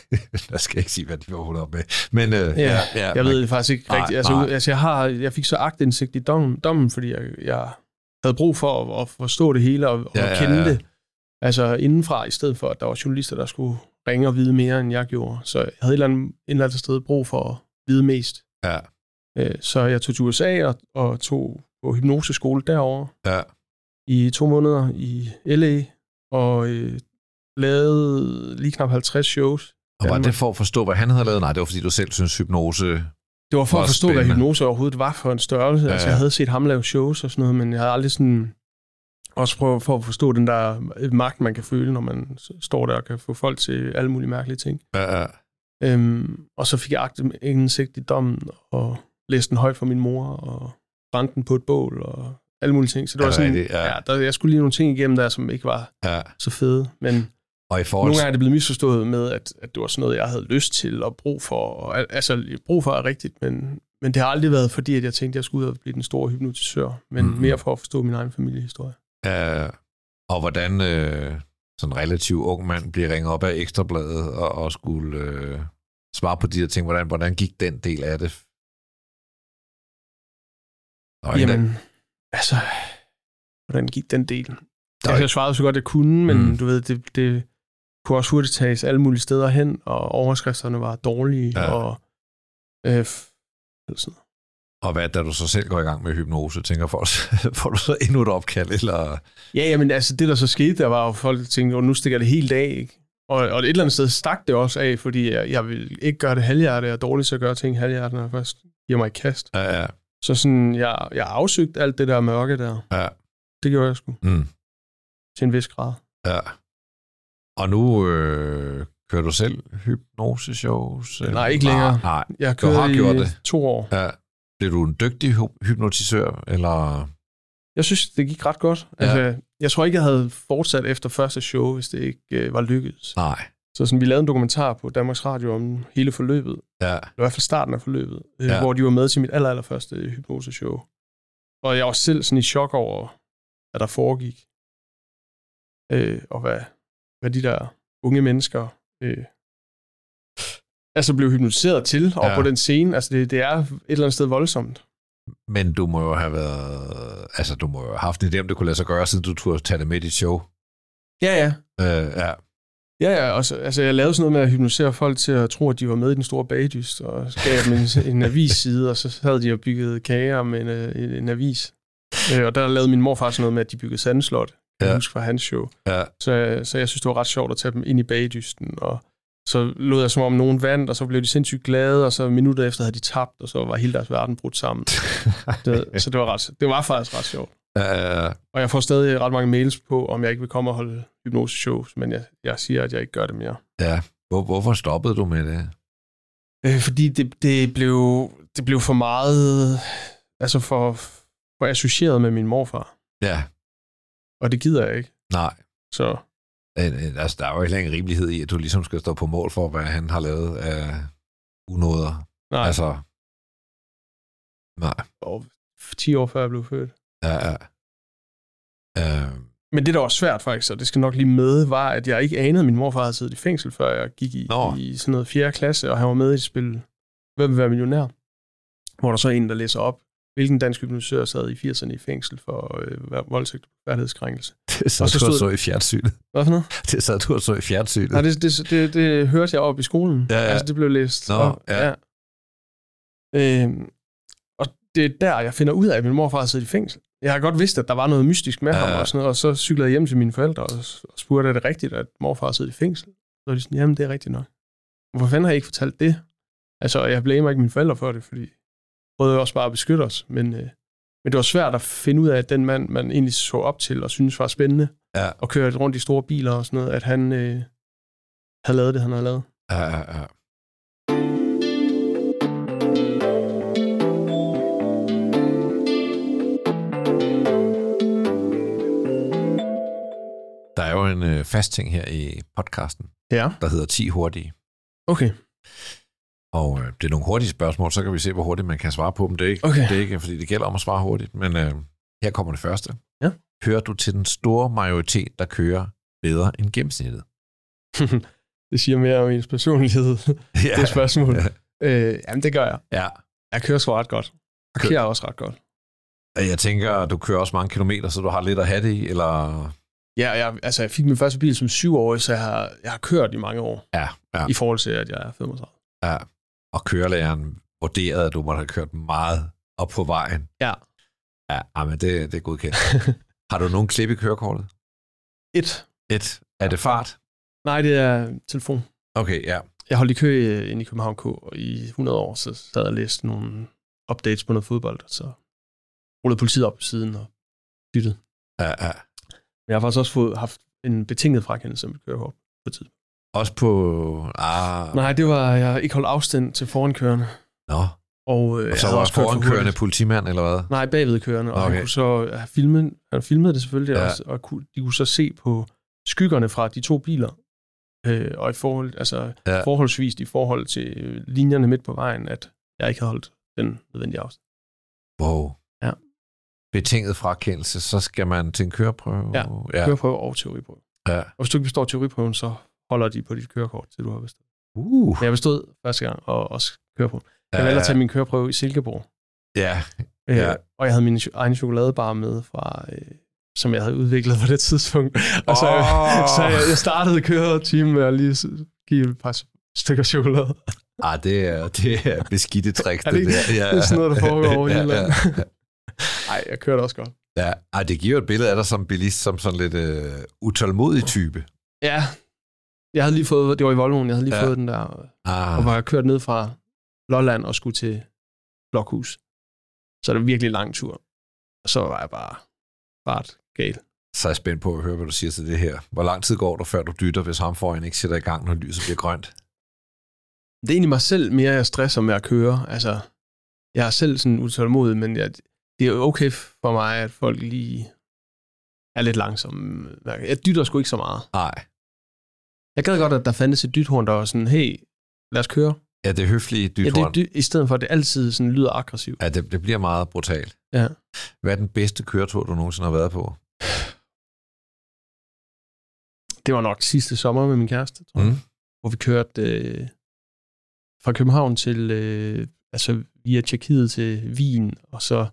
A: jeg skal ikke sige, hvad de vågnede op med. Men øh, ja, ja, ja,
B: Jeg ved det faktisk ikke
A: Nej,
B: rigtigt. Altså,
A: nej.
B: ud- altså jeg, har, jeg fik så agtindsigt i dommen, dommen fordi jeg, jeg havde brug for at, at forstå det hele og, og
A: Ja,
B: ja,
A: ja,
B: kende
A: ja.
B: ja, ja. det. Altså indenfra, i stedet for, at der var journalister, der skulle ringe og vide mere, end jeg gjorde. Så jeg havde et eller andet, et eller andet sted brug for at vide mest.
A: Ja.
B: Øh, Så jeg tog til USA og, og tog på hypnoseskole derovre
A: ja,
B: i to måneder i LA, og øh, lavede lige knap 50 shows.
A: og var
B: Danmark.
A: det for at forstå, hvad han havde lavet? Nej, det var fordi, du selv synes hypnose...
B: Det var for
A: Hvor
B: at forstå,
A: spændende.
B: hvad hypnose overhovedet var for en
A: Ja,
B: størrelse. Ja, ja. Altså,
A: ja.
B: jeg havde set ham lave shows og sådan noget, men jeg havde aldrig sådan... Også prøvet for at forstå den der øh, magt, man kan føle, når man s- står der og kan få folk til alle mulige mærkelige ting.
A: Ja, ja.
B: Øhm, og så fik jeg agt indsigt i dommen, og læste den højt for min mor, og brændte den på et bål, og alle mulige ting. Så det
A: Er
B: var
A: det
B: sådan,
A: rigtigt? Ja.
B: ja. Ja, der, jeg skulle lige nogle ting igennem der, som ikke var
A: ja.
B: så fede. Men
A: Og i forhold
B: nogle
A: til...
B: gange er det blevet misforstået med, at, at det var sådan noget, jeg havde lyst til og brug for. Og, al- altså, brug for er rigtigt, men, men det har aldrig været fordi, at jeg tænkte, at jeg skulle ud og blive den store hypnotisør, men
A: Mhm.
B: mm-hmm. mere for at forstå min egen familiehistorie.
A: Øh, og hvordan øh, sådan en relativt ung mand bliver ringet op af Ekstrabladet og, og skulle øh, svare på de her ting. Hvordan, hvordan gik den del af det? Der var ingen,
B: Jamen, altså, hvordan gik den del?
A: Der er
B: Altså, jeg svarede så godt, jeg kunne, men
A: Mm.
B: mm. du ved, det, det kunne også hurtigt tages alle mulige steder hen, og overskrifterne var dårlige,
A: Ja.
B: ja. og øh, f- eller sådan noget.
A: der- og hvad, da du så selv går i gang med hypnose, tænker folk, får du så endnu et opkald? Eller,
B: Ja, jamen altså det, der så skete, der var jo folk der tænkte, "Åh, nu stikker det helt af, ikke? Og, og et eller andet sted stak det også af, fordi jeg, jeg vil ikke gøre det halvhjertet, jeg er dårlig til at gøre ting halvhjertet, når jeg først giver mig i kast.
A: ja, ja,
B: Så sådan, jeg, jeg afsøgte alt det der mørke der.
A: Ja.
B: Det gjorde jeg sgu,
A: Mm.
B: til en vis grad.
A: ja. Og nu øh, kører du selv hypnoseshows? eller?
B: Nej, ikke længere.
A: Nej, nej.
B: Jeg
A: Du har
B: kørte i
A: gjort det.
B: to år.
A: Ja. Blev du en dygtig hy- hypnotisør, eller...
B: Jeg synes, det gik ret godt.
A: Ja.
B: Altså, jeg tror ikke, jeg havde fortsat efter første show, hvis det ikke øh, var lykkedes.
A: Nej.
B: Så sådan, vi lavede en dokumentar på Danmarks Radio om hele forløbet.
A: Ja,
B: Eller i hvert fald starten af forløbet. Øh,
A: Ja.
B: Hvor de var med til mit aller, allerførste hypnoseshow. Og jeg var selv sådan i chok over, hvad der foregik. Øh, og hvad, hvad de der unge mennesker øh, altså blev hypnotiseret til og
A: Ja.
B: på den scene. Altså det, det er et eller andet sted voldsomt.
A: men du må jo have været... Altså, du må jo have haft en idé, om det kunne lade sig gøre, siden du turde tage det med i dit show.
B: Ja, ja.
A: Øh, ja.
B: Ja, ja, og så, altså jeg lavede sådan noget med at hypnotisere folk til at tro, at de var med i den store bagdyst, og så gav dem en, en avisside, og så havde de og bygget kager med en, øh, en, en avis. Øh, og der lavede min morfar sådan noget med, at de byggede sandslot, ja.
A: Ja.
B: jeg husker fra hans show.
A: Ja.
B: Så, så jeg synes, det var ret sjovt at tage dem ind i bagdysten, og så lød jeg som om nogen vandt, og så blev de sindssygt glade, og så minutter efter havde de tabt, og så var hele deres verden brudt sammen. Det, så det var, ret, det var faktisk ret sjovt.
A: øh,
B: Og jeg får stadig ret mange mails på, om jeg ikke vil komme og holde hypnoseshows, men jeg, jeg siger, at jeg ikke gør det mere.
A: hvor, hvorfor stoppede du med det?
B: Øh, fordi det, det, blev, det blev for meget, altså for, for associeret med min morfar,
A: Ja,
B: og det gider jeg ikke.
A: nej.
B: Så
A: Øh, øh, Altså, der er jo ikke længere rimelighed i, at du ligesom skal stå på mål for, hvad han har lavet af unåder.
B: nej, altså.
A: Altså, nej.
B: 10 år før jeg blev født.
A: Ja, ja. Øh,
B: Men det, der var svært faktisk, og det skal nok lige med, var, at jeg ikke anede, at min morfar havde siddet i fængsel, før jeg gik i,
A: Nå.
B: i sådan noget 4. klasse, og han var med i et spil, Hvem vil være millionær? Hvor der så er en, der læser op, hvilken dansk hypnotisør sad i 80'erne i fængsel for øh, voldtægt og værdighedskrænkelse.
A: det sad
B: Og så
A: du og
B: stod-
A: så i fjernsynet.
B: Hvad for noget?
A: Det sad du og så i fjernsynet.
B: Nej, det, det, det, det hørte jeg op i skolen.
A: Ja, ja.
B: Altså, det blev læst.
A: Nå,
B: op.
A: ja.
B: ja. Øhm, og det er der, jeg finder ud af, at min morfar har siddet i fængsel. Jeg har godt vidst, at der var noget mystisk med
A: Ja,
B: ja, ham
A: ja.
B: og sådan noget, og så cyklede jeg hjem til mine forældre og s- og spurgte, er det rigtigt, at morfar har siddet i fængsel? Så var de sådan, jamen det er rigtigt nok. Hvorfor fanden har I ikke fortalt det? Altså, og jeg blamer ikke mine forældre for det, fordi prøvede jo også bare at beskytte os, men, øh, men det var svært at finde ud af, at den mand, man egentlig så op til og synes var spændende,
A: Ja.
B: og kørte rundt i store biler og sådan noget, at han øh, havde lavet det, han havde lavet.
A: Ja, ja, ja. Der er jo en øh, fast ting her i podcasten,
B: Ja.
A: der hedder 10 hurtige.
B: Okay.
A: Og øh, det er nogle hurtige spørgsmål, så kan vi se, hvor hurtigt man kan svare på dem. Det er ikke,
B: Okay.
A: det er ikke fordi det gælder om at svare hurtigt, men øh, her kommer det første.
B: Ja.
A: Hører du til den store majoritet, der kører bedre end gennemsnittet?
B: det siger mere om ens personlighed,
A: Ja,
B: det spørgsmål.
A: Ja.
B: Øh, jamen, det gør jeg.
A: ja.
B: Jeg kører sgu ret godt. Jeg
A: Kø-
B: kører også ret godt.
A: Og Jeg tænker, du kører også mange kilometer, så du har lidt at have det i, eller...
B: Ja, og jeg, altså, jeg fik min første bil som syvårig, så jeg har, jeg har kørt i mange år,
A: Ja, ja,
B: i forhold til, at jeg er 35.
A: ja. Og kørelæreren vurderede, at du måtte have kørt meget op på vejen.
B: Ja.
A: Ja, ej, men det, det er godkendt. har du nogen klip i kørekortet?
B: Et.
A: Et. Er det fart?
B: Nej, det er telefon.
A: Okay, ja.
B: Jeg holdt i kø øh, inde i København K, og i 100 år, så sad jeg og læste nogle updates på noget fodbold, og så rullede politiet op på siden og lyttede.
A: ja, ja.
B: Men jeg har faktisk også fået, haft en betinget frakendelse af mit kørekort på tid.
A: Også på... Ah,
B: Nej, det var, jeg har ikke holdt afstand til forankørende.
A: Nå.
B: Og, øh,
A: Og så
B: jeg havde
A: var
B: også kørt for
A: forankørende
B: hurtigt.
A: politimand, eller hvad?
B: Nej, bagvedkørende. Og okay.
A: Okay.
B: han kunne så have filmet, han filmede det selvfølgelig,
A: Ja.
B: ja. også, og kunne, de kunne så se på skyggerne fra de to biler. Øh, og i forhold, altså,
A: Ja.
B: ja. forholdsvis i forhold til øh, linjerne midt på vejen, at jeg ikke havde holdt den nødvendige afstand.
A: Wow.
B: Ja.
A: Betinget frakendelse, så skal man til en køreprøve.
B: Ja.
A: ja.
B: Ja. Køreprøve og teoriprøve.
A: ja.
B: Og hvis du ikke består teoriprøven, så holder de på dit kørekort, til du har bestået.
A: Uh.
B: Men jeg bestod første gang, og også køreprøven. Jeg valgte at tage min køreprøve i Silkeborg.
A: Ja, Ja.
B: Ja. Øh, og jeg havde min cho- egen chokoladebar med, fra, øh, som jeg havde udviklet på det tidspunkt. Og så,
A: Åh.
B: oh. så jeg, jeg startede køretimen med at lige s- give et par s- stykker chokolade.
A: Ah, det er, det er beskidte trick,
B: Er
A: det,
B: det ikke-
A: der. Ja,
B: Det er sådan noget, der foregår over hele
A: ja,
B: landet. Nej, jeg kørte også godt.
A: ja. Ah, det giver jo et billede af dig som bilist, som sådan lidt øh, utålmodig type.
B: Ja, jeg havde lige fået, det var i Volvoen, jeg havde lige
A: Ja.
B: ja. fået den der,
A: Ah,
B: og hvor jeg kørt ned fra Lolland og skulle til Blokhus. Så er det virkelig lang tur. Og så var jeg bare ret gal.
A: Så er jeg spændt på at høre, hvad du siger til det her. Hvor lang tid går der, før du dytter, hvis ham foran ikke sætter i gang, når lyset bliver grønt?
B: Det er egentlig mig selv mere, jeg stresser med at køre. Altså, jeg er selv sådan utålmodig, men jeg, det er okay for mig, at folk lige er lidt langsomme. Jeg dytter sgu ikke så meget.
A: Nej.
B: Jeg gad godt, at der fandtes et dythorn, der var sådan, hey, lad os køre.
A: Ja, det høflige
B: Ja, det er
A: dythorn. Ja,
B: dy- I stedet for, at det altid sådan lyder aggressivt.
A: ja, det, det bliver meget brutalt.
B: Ja.
A: Hvad er den bedste køretur, du nogensinde har været på?
B: Det var nok sidste sommer med min kæreste, tror jeg,
A: Mm.
B: mm. hvor vi kørte øh, fra København til, øh, altså via Tjekkiet til Wien, og så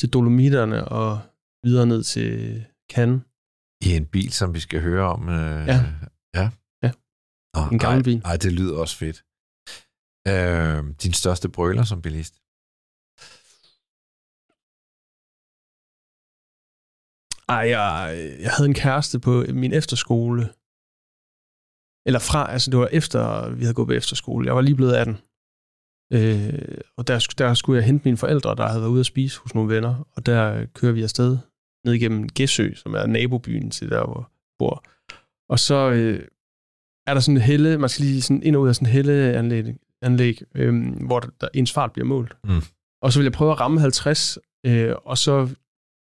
B: til Dolomiterne og videre ned til Cannes.
A: I en bil, som vi skal høre om. Øh,
B: Ja.
A: ja.
B: Ja.
A: Nå,
B: En gammel bil.
A: Nej, det lyder også fedt. Øh, din største brøler som bilist?
B: Ej, jeg, jeg havde en kæreste på min efterskole. Eller fra, altså det var efter, vi havde gået på efterskole. Jeg var lige blevet 18. Øh, og der, sk- der skulle jeg hente mine forældre, der havde været ude at spise hos nogle venner. Og der øh, kører vi afsted ned igennem Gæsø, som er nabobyen til der, hvor jeg bor. Og så øh, er der sådan en helle, man skal lige sådan ind og ud af sådan en helleanlæg, anlæg, øh, hvor der, der, ens fart bliver målt.
A: Mm.
B: Og så ville jeg prøve at ramme 50, øh, og så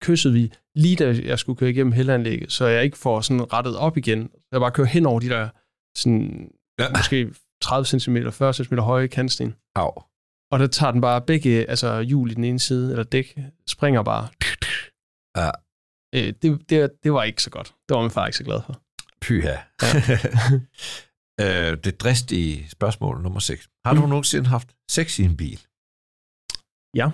B: kyssede vi, lige da jeg skulle køre igennem helleanlægget, så jeg ikke får sådan rettet op igen. Så jeg bare kører hen over de der sådan,
A: Ja.
B: ja. måske 30 cm, 40 cm høje kantsten.
A: Au.
B: Og der tager den bare begge, altså hjul i den ene side, eller dæk, springer bare.
A: Ja.
B: Øh, det, det, det var ikke så godt. Det var min far ikke så glad for.
A: Pyha.
B: Ja.
A: øh, det dristige spørgsmål nummer 6. Har du
B: Mm.
A: nogensinde haft sex i en bil?
B: Ja.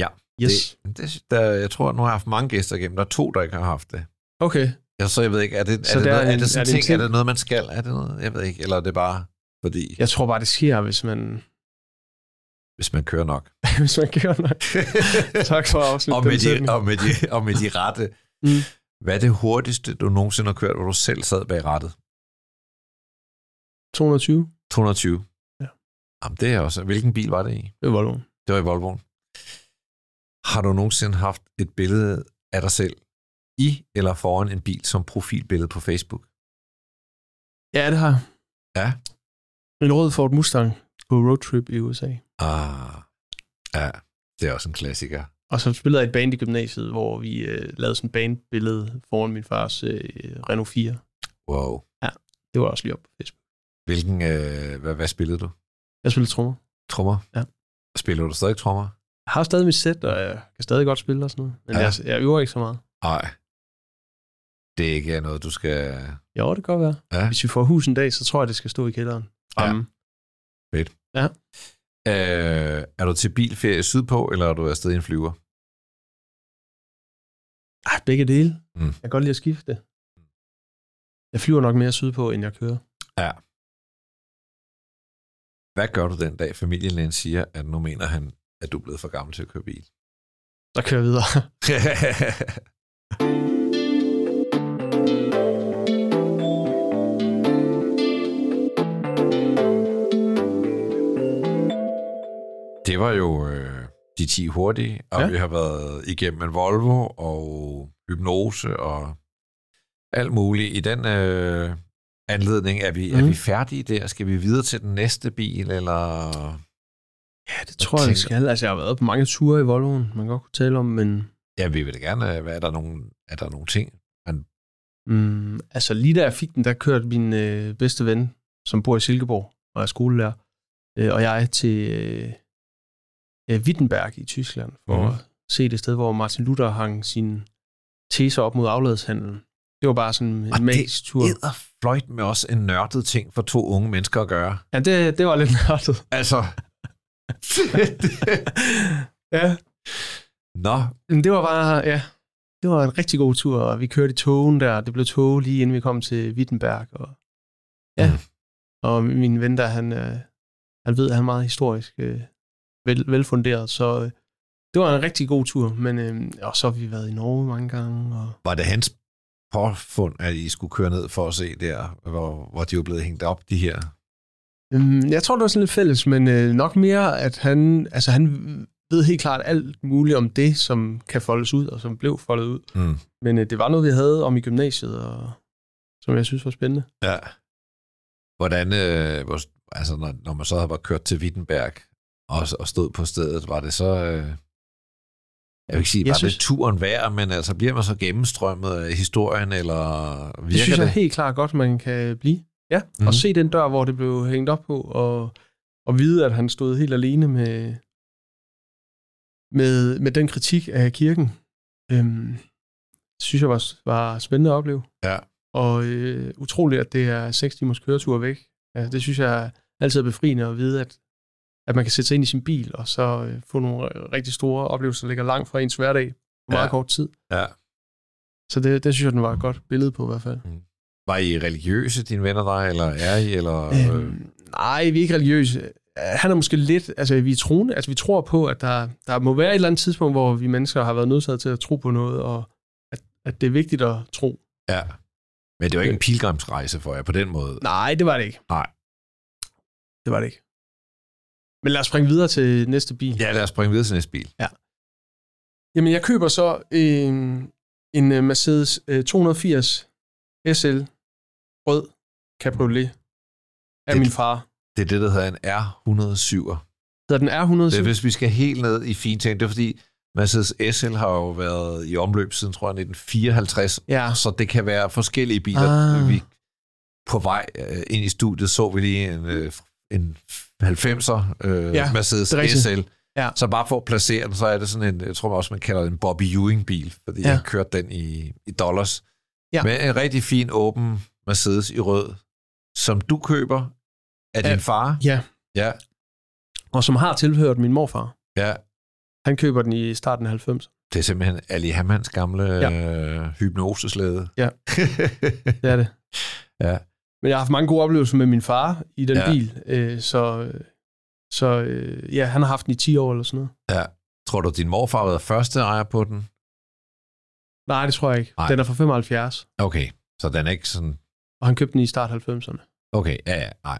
A: Ja.
B: Yes.
A: Det, det, der, jeg tror, nu har jeg haft mange gæster igennem. Der er to, der ikke har haft det.
B: Okay.
A: Jeg, så jeg ved ikke, er det, er
B: Så
A: det,
B: der er
A: noget, er
B: en-
A: det sådan
B: er
A: en
B: det en
A: ting, er
B: ting?
A: det noget, man skal? Er det noget, jeg ved ikke, eller er det bare fordi, ja.
B: Jeg tror bare, det sker, hvis man,
A: hvis man kører nok?
B: hvis man gør noget. Tak for at afslutte
A: og, med
B: den sætning.
A: de, og, med de, og med de rette.
B: Mm.
A: Hvad er det hurtigste, du nogensinde har kørt, hvor du selv sad bag rattet?
B: 220.
A: 220.
B: Ja.
A: Jamen, det er også. Hvilken bil var det i?
B: Det er Volvo.
A: Det var i Volvoen. Har du nogensinde haft et billede af dig selv i eller foran en bil som profilbillede på Facebook?
B: Ja, det har jeg.
A: Ja.
B: En rød Ford Mustang på roadtrip i USA.
A: Ah, ja, det er også en klassiker.
B: Og så spillede jeg et band i gymnasiet, hvor vi øh, lavede sådan et bandbillede foran min fars øh, Renault 4.
A: Wow.
B: Det var også lige op på Facebook.
A: Hvilken, øh, hvad, hvad spillede du?
B: Jeg spillede trommer.
A: Trommer?
B: Ja.
A: Spiller du stadig trommer?
B: Jeg har stadig mit sæt, og jeg kan stadig godt spille og sådan noget. Men
A: Ja.
B: ja. jeg, jeg øver ikke så meget.
A: Nej. Det er ikke noget, du skal...
B: Jo, det kan godt være.
A: Ja.
B: Hvis vi får hus en dag, så tror jeg, det skal stå i kælderen.
A: Ja.
B: Um,
A: Øh, er du til bilferie sydpå, eller er du afsted i en flyver?
B: ej, begge dele.
A: Mm.
B: Jeg kan godt lide at skifte. Jeg flyver nok mere sydpå, end jeg kører.
A: Hvad gør du den dag, familien siger, at nu mener han, at du er blevet for gammel til at køre bil?
B: Så kører jeg videre.
A: det var jo øh, de 10 hurtige, og ja.
B: Ja.
A: vi har været igennem en Volvo og hypnose og alt muligt. I den øh, anledning, er vi, mm. er
B: Mhm.
A: vi færdige der? Skal vi videre til den næste bil, eller...
B: Ja, det
A: Jeg
B: tror jeg, jeg
A: tænker-
B: skal. Altså, jeg har været på mange ture i Volvoen, man godt kunne tale om, men
A: Ja, vi vil da gerne... øh, Hvad er der nogen, er der nogle ting?
B: Mm, altså lige da jeg fik den, der kørte min øh, bedste ven, som bor i Silkeborg og er skolelærer, øh, og jeg til øh, øh, Wittenberg i Tyskland, for
A: Mhm.
B: mm. at se det sted, hvor Martin Luther hang sine teser op mod afladshandlen. Det var bare sådan en
A: Og det
B: magisk tur.
A: Edder fløjt med os en nørdet ting for to unge mennesker at gøre.
B: Ja, det, det var lidt nørdet.
A: Altså...
B: ja,
A: Nå,
B: men det var bare, ja, det var en rigtig god tur, og vi kørte i togen der, det blev tog lige inden vi kom til Wittenberg, og ja,
A: Mm.
B: mm. og min ven der, han, øh, han ved, at han er meget historisk øh, vel, velfunderet, så øh, det var en rigtig god tur, men øh, og så har vi været i Norge mange gange, og
A: var det hans påfund, at I skulle køre ned for at se der, hvor, hvor de var blevet hængt op, de her?
B: Øhm, Jeg tror, det var sådan lidt fælles, men øh, nok mere, at han, altså, han ved helt klart alt muligt om det, som kan foldes ud, og som blev foldet ud.
A: Mm.
B: Men øh, det var noget, vi havde om i gymnasiet, og som jeg synes var spændende.
A: Ja. Hvordan, øh, hvor, altså når, når man så havde været kørt til Wittenberg og, og stod på stedet, var det så, øh, jeg vil ikke sige,
B: Jeg
A: var synes,
B: synes-
A: det turen værd, men altså bliver man så gennemstrømmet af historien, eller virker
B: Det synes jeg
A: det?
B: helt klart godt, man kan blive. Ja, mm.
A: Mhm.
B: og se den dør, hvor det blev hængt op på, og, og vide, at han stod helt alene med, med, med den kritik af kirken. Øhm, det synes jeg var, var spændende at opleve.
A: Ja.
B: Og øh, utroligt, at det er 6 timers køretur væk. Altså, det synes jeg altid er befriende at vide, at, at man kan sætte sig ind i sin bil, og så øh, få nogle rigtig store oplevelser, der ligger langt fra ens hverdag på meget
A: Ja.
B: ja. kort tid.
A: Ja.
B: Så det, det synes jeg, den var et godt billede på i hvert fald.
A: Var I religiøse, dine venner dig, eller er I, eller... Øh,
B: Øhm, nej, vi er ikke religiøse. Øh, Han er måske lidt, altså vi er troende, altså vi tror på, at der, der må være et eller andet tidspunkt, hvor vi mennesker har været nødsaget til at tro på noget, og at, at det er vigtigt at tro.
A: ja. Men det var ikke en pilgrimsrejse for jer på den måde.
B: Nej, det var det ikke.
A: Nej.
B: Det var det ikke. Men lad os springe videre til næste bil.
A: Ja, lad os springe videre til næste bil.
B: Jamen, jeg køber så øh, en øh, Mercedes øh, 280 SL rød cabriolet af
A: Det-
B: min far.
A: Det er det, der hedder en R107'er.
B: Så den er 100
A: Det, er, hvis vi skal helt ned i finting, det er fordi, Mercedes SL har jo været i omløb siden, tror jeg, 1954,
B: Ja,
A: så det kan være forskellige biler. Ah.
B: Ah.
A: Vi, på vej øh, ind i studiet så vi lige en, øh, en 90'er øh, ja,
B: Ja,
A: Mercedes
B: det er rigtigt.
A: SL.
B: Ja.
A: Så bare for at placere den, så er det sådan en, jeg tror også, man kalder det en Bobby Ewing-bil, fordi ja.
B: Ja.
A: han kørte den i, i dollars.
B: Ja.
A: Men en rigtig fin, åben Mercedes i rød, som du køber af
B: Ja.
A: din far.
B: Ja.
A: Ja,
B: og som har tilhørt min morfar.
A: ja.
B: Han køber den i starten af 90.
A: Det er simpelthen Ali Hammans gamle ja.
B: Ja.
A: øh, hypnoseslæde.
B: Ja. Det er det.
A: Ja.
B: Men jeg har haft mange gode oplevelser med min far i den
A: Ja.
B: ja. bil, øh, så, så øh, ja, han har haft den i 10 år eller sådan noget.
A: Tror du, din morfar var første ejer på den?
B: Nej, det tror jeg ikke.
A: Nej.
B: Den er fra 75,
A: Okay, så den er ikke sådan...
B: og han købte den i start 90'erne.
A: Okay, ja, ja, nej.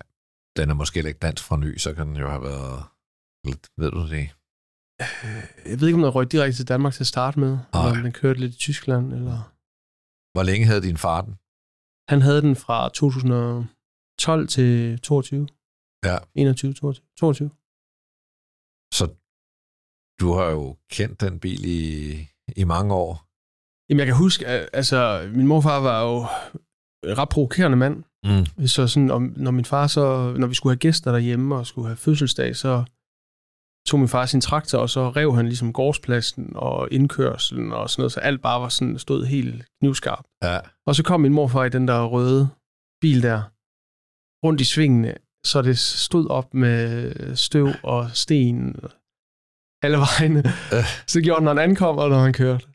A: Den er måske heller ikke dansk fra ny, så kan den jo have været... Lidt, ved du det?
B: Jeg ved ikke, om den røg direkte til Danmark til at starte med,
A: Nej.
B: eller om den kørte lidt i Tyskland, eller...
A: Hvor længe havde din far den?
B: Han havde den fra 2012 til 22.
A: Ja.
B: 21, 22. 22.
A: Så du har jo kendt den bil i, i mange år.
B: Jamen, jeg kan huske, at, altså, min morfar var jo en ret provokerende mand.
A: Mm.
B: Så sådan, om, når min far så, når vi skulle have gæster derhjemme og skulle have fødselsdag, så tog min far sin traktor, og så rev han ligesom gårdspladsen og indkørselen og sådan noget, så alt bare var sådan, stod helt knivskarpt.
A: Ja,
B: Og så kom min morfar i den der røde bil der, rundt i svingene, så det stod op med støv og sten alle vegne.
A: Øh.
B: Så gjorde han, når han ankom, og når han kørte.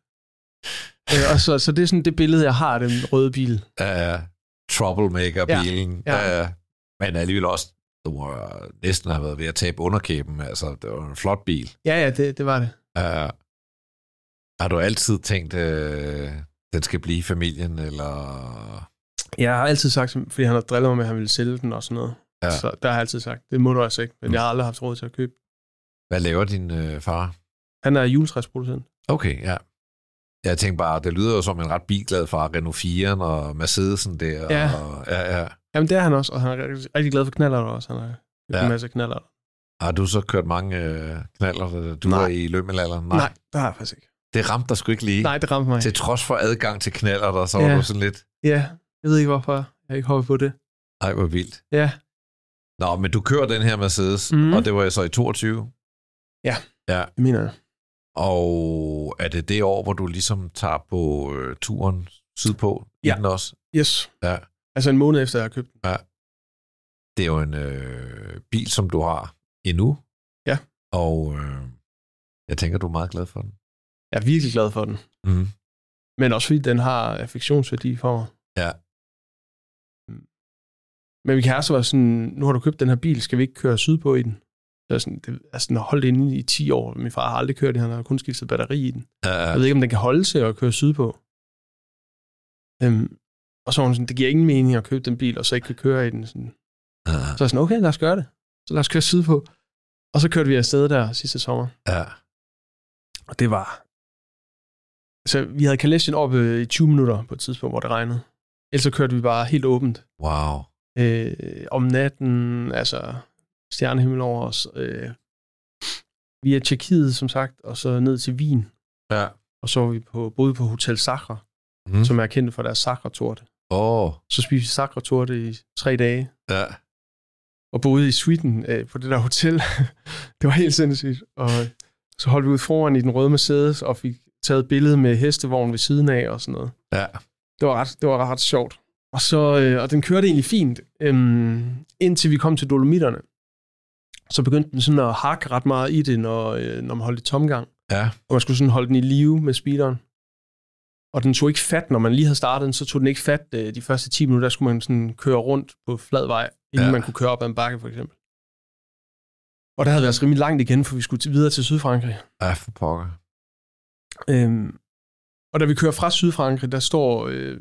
B: Øh, og så, så det er sådan det billede, jeg har af den røde bil.
A: ja, ja. Troublemaker-bilen.
B: Ja, ja.
A: ja. Men alligevel også, du må næsten have været ved at tabe underkæben. Altså, det var en flot bil.
B: Ja, ja, det, det var det.
A: Uh, har du altid tænkt, øh, den skal blive i familien, eller...
B: Jeg har altid sagt, fordi han har drillet mig med, at han ville sælge den og sådan noget.
A: Ja.
B: Ja. Så der har jeg altid sagt, det må du altså ikke, men
A: Mm.
B: jeg har aldrig haft råd til at købe.
A: Hvad laver din øh, far?
B: Han er juletræsproducent.
A: Okay, ja. Jeg tænkte bare, det lyder jo som en ret bilglad far, Renault 4'eren og Mercedesen der.
B: Ja.
A: Og, ja, ja.
B: Jamen det er han også, og han er rigtig, rigtig glad for knaller også. Han har
A: Ja.
B: ja. en masse knaller.
A: Har du så kørt mange øh, knaller, da du
B: Nej.
A: var i lømmelalderen?
B: Nej. Nej, det har jeg faktisk ikke.
A: Det ramte dig sgu ikke lige.
B: Nej, det ramte mig.
A: Til
B: ikke.
A: trods for adgang til knaller, der, så var
B: Ja.
A: du sådan lidt,
B: Ja, jeg ved ikke, hvorfor jeg ikke hoppede på det.
A: ej, hvor vildt.
B: Ja,
A: Nå, men du kører den her Mercedes, mm.
B: Mhm.
A: og det var jeg så i 22.
B: det mener jeg.
A: Og er det det år, hvor du ligesom tager på øh, turen sydpå i
B: Ja.
A: den også?
B: Yes.
A: Ja.
B: Altså en måned efter, jeg har købt den.
A: Det er jo en øh, bil, som du har endnu.
B: Ja.
A: Og øh, jeg tænker, du er meget glad for den.
B: Jeg er virkelig glad for den.
A: Mm.
B: Men også fordi den har affektionsværdi for mig. Mm.
A: Ja.
B: Men vi kan også være sådan, nu har du købt den her bil, skal vi ikke køre sydpå i den? Så er jeg sådan, det er sådan holdt inde i 10 år. Min far har aldrig kørt den, han har kun skiftet batteri i den.
A: Uh,
B: Jeg ved ikke, om den kan holde til at køre sydpå. Øhm, og så var hun sådan, det giver ingen mening at købe den bil, og så ikke kan køre i den. Sådan.
A: uh,
B: Så er jeg sådan, okay, lad os gøre det. Så lad os køre sydpå. Og så kørte vi afsted der sidste sommer.
A: uh.
B: Og det var... Så vi havde kalæsjen op øh, i 20 minutter på et tidspunkt, hvor det regnede. Ellers så kørte vi bare helt åbent.
A: Wow.
B: Øh, om natten, altså stjernehimmel over os. Øh, via Tjekkiet, som sagt, og så ned til Wien.
A: Ja.
B: Og så var vi på, boede på Hotel Sakra,
A: Mm.
B: mm. som er kendt for deres sakra-torte.
A: Åh,
B: Så spiste vi sakra-torte i tre dage,
A: ja.
B: og boede i suiten øh, på det der hotel. det var helt sindssygt. Og så holdt vi ud foran i den røde Mercedes, og fik taget et billede med hestevognen ved siden af og sådan noget.
A: Ja.
B: Det var ret, det var ret sjovt. Og, så, øh, og den kørte egentlig fint, øhm, indtil vi kom til Dolomitterne. Så begyndte den sådan at hakke ret meget i det, når, øh, når man holdt i tomgang.
A: Ja.
B: Og man skulle sådan holde den i live med speederen. Og den tog ikke fat, når man lige havde startet den, så tog den ikke fat øh, de første 10 minutter. Der skulle man sådan køre rundt på flad vej,
A: Ja.
B: inden ja. man kunne køre op ad en bakke, for eksempel. Og der havde vi altså rimelig langt igen, for vi skulle til- videre til Sydfrankrig.
A: Ja, for pokker.
B: Øhm, og da vi kører fra Sydfrankrig, der står øh,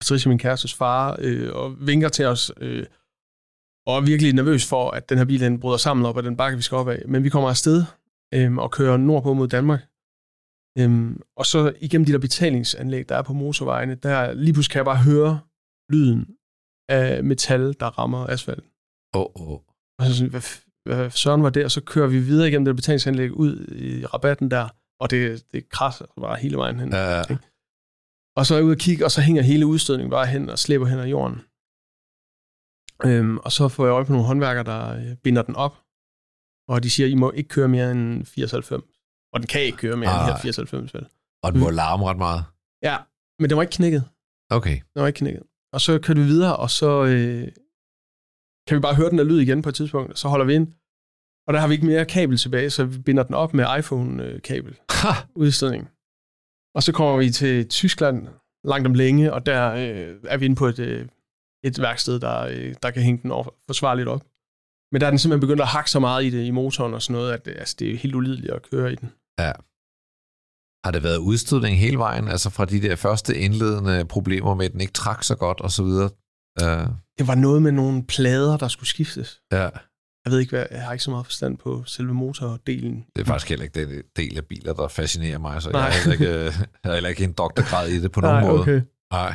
B: Patricia, min kærestes far, øh, og vinker til os, øh, og er virkelig nervøs for, at den her bil den bryder sammen op ad den bakke, vi skal op af. Men vi kommer afsted øh, og kører nordpå mod Danmark. Øhm, og så igennem de der betalingsanlæg, der er på motorvejene, der lige pludselig kan jeg bare høre lyden af metal, der rammer asfalten.
A: Åh, åh.
B: Og så sådan, hvad, f- hvad søren var det? Og så kører vi videre igennem det betalingsanlæg ud i rabatten der, og det, det krasser bare hele vejen hen. Ja.
A: Ja, ja.
B: Og så er jeg ude og kigge, og så hænger hele udstødningen bare hen og slæber hen ad jorden. Øhm, og så får jeg øje på nogle håndværkere, der øh, binder den op, og de siger, I må ikke køre mere end 94. Og den kan ikke køre mere end de her
A: Ej.
B: 94, vel?
A: Og den må
B: Mm.
A: larme ret meget.
B: Ja, men den var ikke knækket.
A: Okay.
B: Den var ikke knækket. Og så kørte vi videre, og så øh, kan vi bare høre den der lyd igen på et tidspunkt, og så holder vi ind. Og der har vi ikke mere kabel tilbage, så vi binder den op med øh, iPhone-kabel,
A: Ha!
B: udstødningen. Og så kommer vi til Tyskland langt om længe, og der øh, er vi inde på et, øh, et værksted, der, øh, der kan hænge den over forsvarligt op. Men der er den simpelthen begyndt at hakke så meget i det, i motoren og sådan noget, at øh, altså, det er helt ulideligt at køre i den.
A: Har det været udstødning hele vejen, altså fra de der første indledende problemer med, at den ikke trak så godt og så videre? Uh,
B: Det var noget med nogle plader, der skulle skiftes.
A: ja,
B: Jeg ved ikke, hvad, jeg har ikke så meget forstand på selve motordelen.
A: det er faktisk heller ikke den del af biler, der fascinerer mig, så jeg
B: Nej.
A: har heller ikke, øh, jeg har heller ikke en doktorgrad i det på nogen måde.
B: okay.
A: Nej,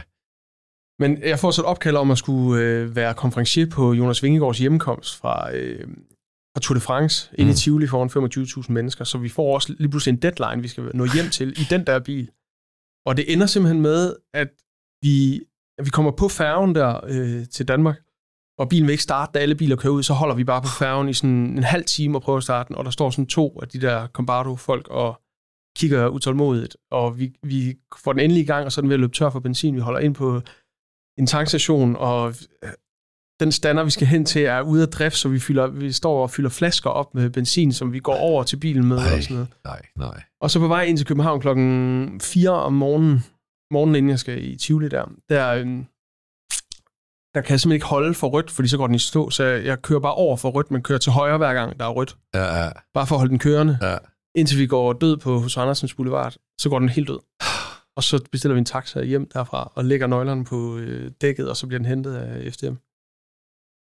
B: Men jeg får så et opkald om at skulle øh, være konferencier på Jonas Vingegaards hjemkomst fra, øh, fra Tour de France mm. ind
A: Mm.
B: i Tivoli foran 25.000 mennesker, så vi får også lige pludselig en deadline, vi skal nå hjem til i den der bil. Og det ender simpelthen med, at vi, at vi kommer på færgen der øh, til Danmark, og bilen vil ikke starte, da alle biler kører ud, så holder vi bare på færgen i sådan en halv time og prøver at starte den, og der står sådan to af de der Combardo-folk og kigger utålmodigt, og vi, vi får den endelig i gang, og så er den ved at løbe tør for benzin. Vi holder ind på en tankstation, og øh, den stander, vi skal hen til, er ude af drift, så vi, fylder, vi står og fylder flasker op med benzin, som vi går over til bilen med.
A: Ej.
B: Og, sådan noget.
A: nej, nej.
B: og så på vej ind til København klokken 4 om morgenen, morgenen inden jeg skal i Tivoli der, der, øhm, der kan jeg simpelthen ikke holde for rødt, fordi så går den i stå, så jeg kører bare over for rødt, men kører til højre hver gang, der er rødt.
A: Ja, ja,
B: Bare for at holde den kørende
A: ja.
B: indtil vi går død på hos Andersens Boulevard, så går den helt død. Og så bestiller vi en taxa hjem derfra, og lægger nøglerne på øh, dækket, og så bliver den hentet af FDM.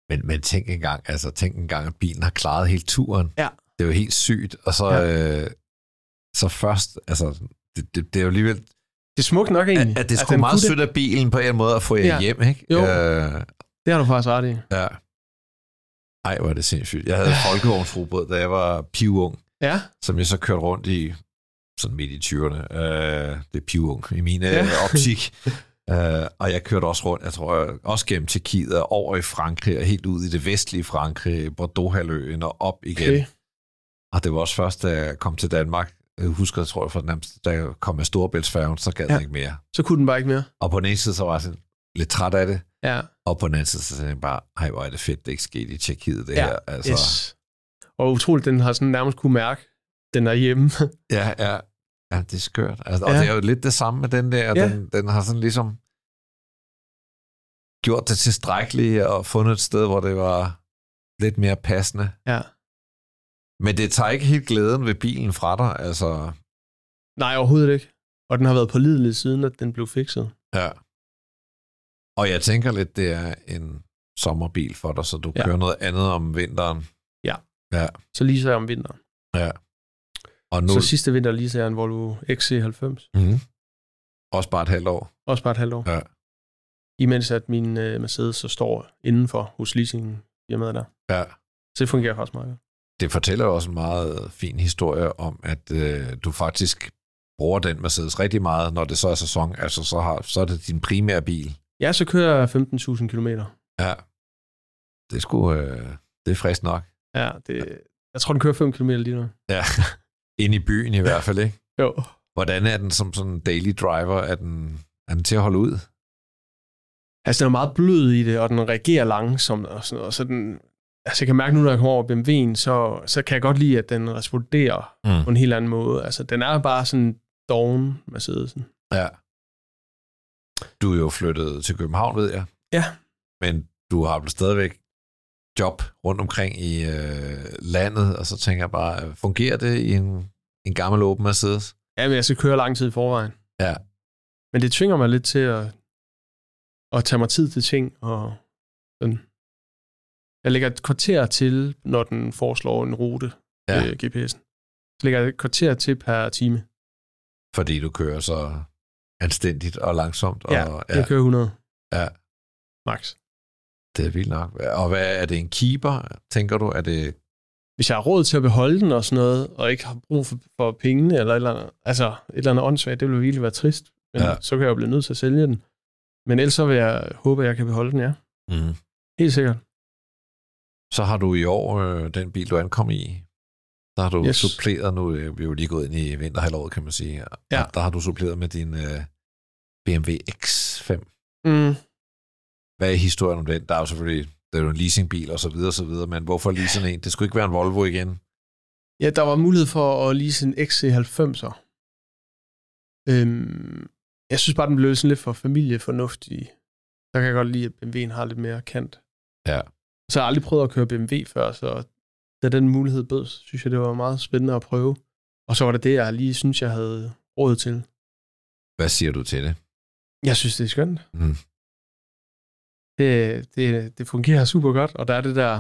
A: Men, men tænk engang, altså tænk engang, at bilen har klaret hele turen.
B: Ja.
A: Det er jo helt sygt, og så,
B: Ja.
A: øh, så først, altså, det, det, det er jo alligevel
B: Det er smukt nok egentlig.
A: at, at det
B: At
A: skulle
B: den
A: meget
B: kunne det.
A: sødt af bilen på en eller anden måde at få jer ja.
B: Ja.
A: hjem, ikke?
B: Jo.
A: Øh,
B: Det har du faktisk ret i.
A: ja. Ej, hvor er det sindssygt. Jeg havde folkevognsrobåd, da jeg var pivung,
B: Ja,
A: som jeg så kørte rundt i sådan midt i 20'erne. Øh, det er pivung i min
B: Ja.
A: ja. optik. Øh, og jeg kørte også rundt, jeg tror, jeg- også gennem Tjekkiet og over i Frankrig og helt ud i det vestlige Frankrig, Bordeaux-halvøen og op igen.
B: okay.
A: Og det var også først, da jeg kom til Danmark, jeg husker, tror jeg, fra den nærmeste, da jeg kom med Storebæltsfærgen, så gad ja.
B: Ja.
A: jeg ikke mere.
B: Så kunne den bare ikke mere.
A: Og på den ene side, så var jeg sådan lidt træt af det,
B: Ja,
A: Og på den anden side, så tænkte jeg bare, ej, hvor er det fedt, det ikke skete i Tjekkiet, det
B: Ja,
A: her. Altså,
B: altså. yes. Og utroligt, den har sådan nærmest kunne mærke, den er hjemme.
A: Ja, ja, ja, det er skørt. Altså, og
B: Ja.
A: det er jo lidt det samme med den der,
B: Ja.
A: den, den har sådan ligesom gjort det tilstrækkeligt og fundet et sted, hvor det var lidt mere passende.
B: ja.
A: Men det tager ikke helt glæden ved bilen fra dig, altså,
B: Nej, overhovedet ikke. Og den har været pålidelig siden, at den blev fikset.
A: ja. Og jeg tænker lidt, det er en sommerbil for dig, så du
B: Ja.
A: kører noget andet om vinteren.
B: Så lige så om vinteren.
A: Ja. Og nu,
B: Så Mm-hmm. sidste vinter lige jeg en Volvo XC90.
A: mm, også bare et halvt år.
B: Også bare et halvt år.
A: Ja.
B: Imens at min øh, Mercedes så står indenfor hos leasingen firmaet der.
A: Ja.
B: Så det fungerer faktisk meget godt.
A: Det fortæller jo også en meget fin historie om, at øh, du faktisk bruger den Mercedes rigtig meget, når det så er sæson. Altså, så, har, så er det din primære bil.
B: Ja, så kører jeg 15.000 kilometer.
A: Ja. Det er sgu, øh, det er frisk nok.
B: Ja, det, jeg tror, den kører 5 km lige nu.
A: Ja. Ind i byen i hvert fald, ikke?
B: Jo.
A: Hvordan er den som sådan en daily driver? Er den, er den til at holde ud?
B: Altså, den er meget blød i det, og den reagerer langsomt og sådan noget. Og så den, altså, jeg kan mærke nu, når jeg kommer over BMW'en, så, så kan jeg godt lide, at den responderer
A: Mm.
B: på en helt anden måde. Altså, den er bare sådan doven Mercedesen.
A: Ja. Du er jo flyttet til København, ved jeg.
B: Ja.
A: Men du har vel stadigvæk job rundt omkring i øh, landet, og så tænker jeg bare, øh, fungerer det i en, en gammel åben Mercedes?
B: Ja, men jeg skal køre lang tid i forvejen.
A: Ja.
B: Men det tvinger mig lidt til at, at tage mig tid til ting. Og sådan. Jeg lægger et kvarter til, når den foreslår en rute
A: Ja.
B: ja. øh, GPS'en. Så lægger jeg et kvarter til per time.
A: Fordi du kører så anstændigt og langsomt. Og,
B: ja. Jeg kører 100.
A: Ja.
B: Max.
A: det er vildt nok. Og hvad er det en keeper, tænker du? Er det
B: Hvis jeg har råd til at beholde den og sådan noget, og ikke har brug for, for pengene eller et eller andet, altså et eller andet åndssvagt, det ville virkelig være trist. Men
A: Ja.
B: ja. så kan jeg jo blive nødt til at sælge den. Men ellers så vil jeg håbe, at jeg kan beholde den, ja.
A: mm.
B: Helt sikkert.
A: Så har du i år øh, den bil, du ankom i, der har du yes.
B: Yes.
A: suppleret, nu er vi jo lige gået ind i vinterhalvåret, kan man sige, og
B: Ja.
A: der har du suppleret med din øh, BMW X5.
B: Mm.
A: Hvad er historien om den? Der er jo selvfølgelig det er jo en leasingbil og så videre, og så videre, men hvorfor lige sådan en? Det skulle ikke være en Volvo igen.
B: Ja, der var mulighed for at lease en XC90'er. Øhm, jeg synes bare, den blev sådan lidt for familiefornuftig. Der kan jeg godt lide, at BMW'en har lidt mere kant.
A: Ja.
B: Så har jeg aldrig prøvet at køre BMW før, så da den mulighed bød, så synes jeg, det var meget spændende at prøve. Og så var det det, jeg lige synes, jeg havde råd til.
A: Hvad siger du til det?
B: Jeg synes, det er skønt.
A: Mm.
B: Det, det, det fungerer super godt, og der er det der,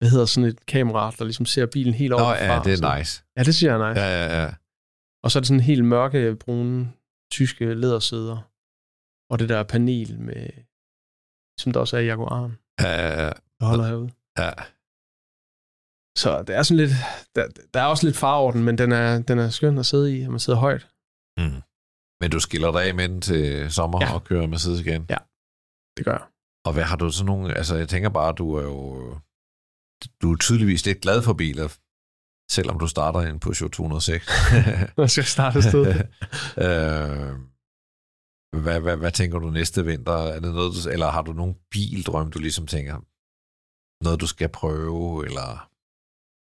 B: hvad hedder sådan et kamera, der ligesom ser bilen helt
A: Nå
B: overfra.
A: ja, det
B: Så-
A: er nice.
B: Ja, det siger jeg nej.
A: Ja, ja, ja.
B: Og så er det sådan helt mørke, brune, tyske lædersæder. Og det der panel med, som der også er i Jaguar'en,
A: ja, ja, ja.
B: der holder herude.
A: ja.
B: Så det er sådan lidt, der, der er også lidt far over den, men den er, den er skøn at sidde i, og man sidder højt.
A: Mm. Men du skiller dig af med den til sommer ja.
B: Ja.
A: og kører Mercedes igen?
B: Det gør jeg.
A: Og hvad har du så nogle... Altså, jeg tænker bare, du er jo... Du er tydeligvis lidt glad for biler, selvom du starter en Peugeot 206.
B: Når jeg skal starte et sted.
A: øh, hvad, hvad, hvad tænker du næste vinter? Er det noget, du, eller har du nogen bildrøm, du ligesom tænker, noget du skal prøve, eller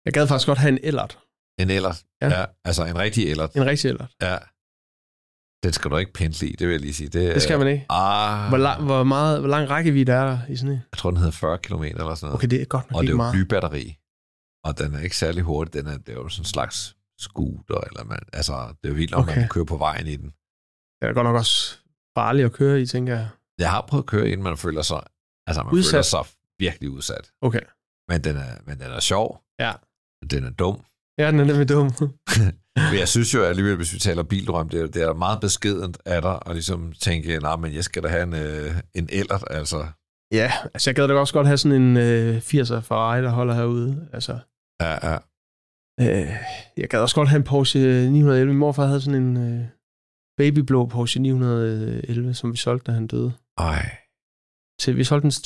B: jeg gad faktisk godt have en ellert.
A: en ellert?
B: Ja.
A: altså en rigtig ellert.
B: En rigtig ellert.
A: Ja. Den skal du ikke pendle i, det vil jeg lige sige. Det,
B: Det skal man ikke.
A: Ah,
B: Hvor, lang, hvor, meget, hvor lang rækkevidde er der i sådan en?
A: Jeg tror, den hedder 40 km eller sådan noget.
B: Okay, det er godt nok
A: Og det er
B: ikke
A: jo
B: meget.
A: blybatteri. Og den er ikke særlig hurtig. Den er, det er jo sådan en slags scooter. Eller man, altså, det er jo vildt, om okay.
B: Okay.
A: man kører på vejen i den.
B: Det er godt nok også farligt at køre i, tænker jeg.
A: Jeg har prøvet at køre i den, man føler sig, altså, man
B: Udsat.
A: føler sig virkelig udsat.
B: Okay.
A: Men den er, men den er sjov.
B: Ja.
A: Den er dum.
B: Ja, den er nemlig dum.
A: Men jeg synes jo alligevel, hvis vi taler bildrøm, det er, det er meget beskedent af dig at ligesom tænke, nej, men jeg skal da have en, øh, en ellert, altså.
B: ja, altså jeg gad da også godt have sådan en øh, 80'er Ferrari, der holder herude. Altså,
A: Ja, ja.
B: Øh, jeg gad også godt have en Porsche 911. Min morfar havde sådan en øh, babyblå Porsche 911, som vi solgte, da han døde.
A: Ej,
B: Til, vi solgte den til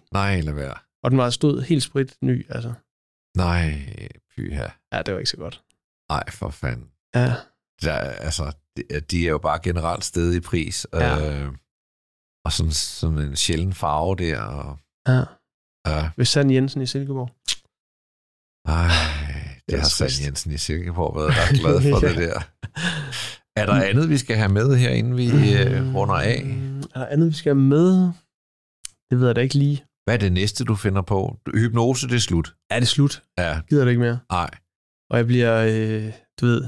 B: 240.000,
A: nej, lad være.
B: og den var stod helt sprit ny. Altså.
A: Nej, pyha.
B: Ja, det var ikke så godt.
A: Nej, for fanden.
B: Ja,
A: der, altså, de- de er jo bare generelt stedige i pris. Ja.
B: Ja.
A: Øh, og sådan, sådan en sjælden farve der. Og,
B: ja.
A: ja.
B: Ved Sand Jensen i Silkeborg.
A: Ej, det
B: Ah, Det er
A: har Sand
B: trist.
A: Jensen i Silkeborg været ret glad for
B: Ja.
A: det der. Er der andet, vi skal have med her, inden vi øh, runder af?
B: Mm, Er der andet, vi skal have med? Det ved jeg da ikke lige.
A: Hvad er det næste, du finder på? Hypnose, det er slut.
B: Er det slut?
A: Ja,
B: Gider det ikke mere?
A: nej.
B: Og jeg bliver, øh, du ved,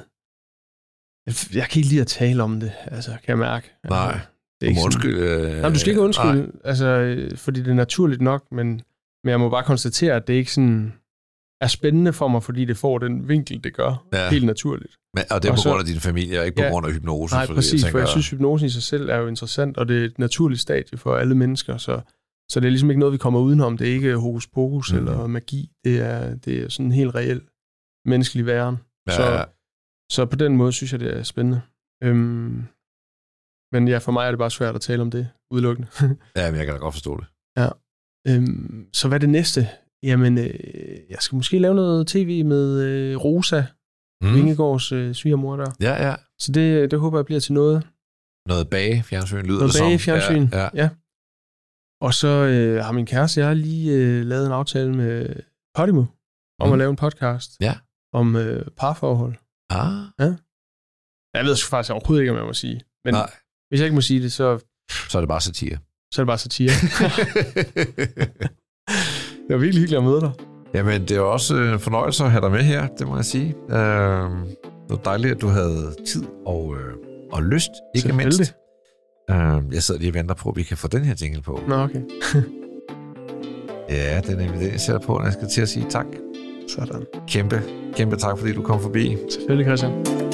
B: jeg- jeg kan ikke lide at tale om det, altså, kan jeg mærke.
A: Nej.
B: Altså, det
A: Du må
B: sådan-
A: undskylde. Øh,
B: Jamen, du skal ikke
A: Nej,
B: undskylde, altså, øh, fordi det er naturligt nok, men, men jeg må bare konstatere, at det er ikke sådan... er spændende for mig, fordi det får den vinkel, det gør.
A: Ja.
B: Ja. Helt naturligt.
A: Men, og det er
B: Og
A: på
B: så-
A: grund af din familie, og ikke på
B: Ja.
A: grund af hypnose.
B: Nej,
A: fordi
B: præcis,
A: jeg
B: for
A: tænker,
B: jeg synes, hypnosen i sig selv er jo interessant, og det er et naturligt stadie for alle mennesker, så, så det er ligesom ikke noget, vi kommer udenom. Det er ikke hokus pokus
A: Mhm.
B: mm. eller magi. Det er, det er sådan en helt reel menneskelig væren.
A: ja,
B: så-
A: ja,
B: Så på den måde synes jeg, det er spændende. Øhm, men ja, for mig er det bare svært at tale om det udelukkende.
A: ja, men jeg kan da godt forstå det.
B: øhm, så hvad er det næste? Jamen, øh, jeg skal måske lave noget tv med øh, Rosa, mm.
A: Mm.
B: Vingegaards øh, svigermor der.
A: Ja, ja.
B: Så det, det håber jeg bliver til noget.
A: Noget bage fjernsyn lyder
B: Noget
A: det
B: bag
A: som.
B: fjernsyn.
A: Ja, ja.
B: Og så øh, har min kæreste, jeg har lige øh, lavet en aftale med Podimo om
A: Mm.
B: mm. at lave en podcast
A: Ja.
B: om øh, parforhold.
A: Ah,
B: Jeg ved sgu faktisk overhovedet ikke, om jeg må sige. Men
A: nej,
B: hvis jeg ikke må sige det, så,
A: så er det bare satire.
B: så er det bare satire. jeg var virkelig hyggelig at møde dig.
A: Jamen, det er jo også en fornøjelse at have dig med her, det må jeg sige. Øh, det var dejligt, at du havde tid og, øh, og lyst, ikke mindst.
B: Selvfølgelig.
A: Øh, jeg sidder lige og venter på, at vi kan få den her jingle på.
B: Nå, okay.
A: Ja, den er den, jeg sætter på, når jeg skal til at sige tak.
B: Sådan.
A: Kæmpe, kæmpe tak, fordi du kom forbi.
B: Selvfølgelig, Christian.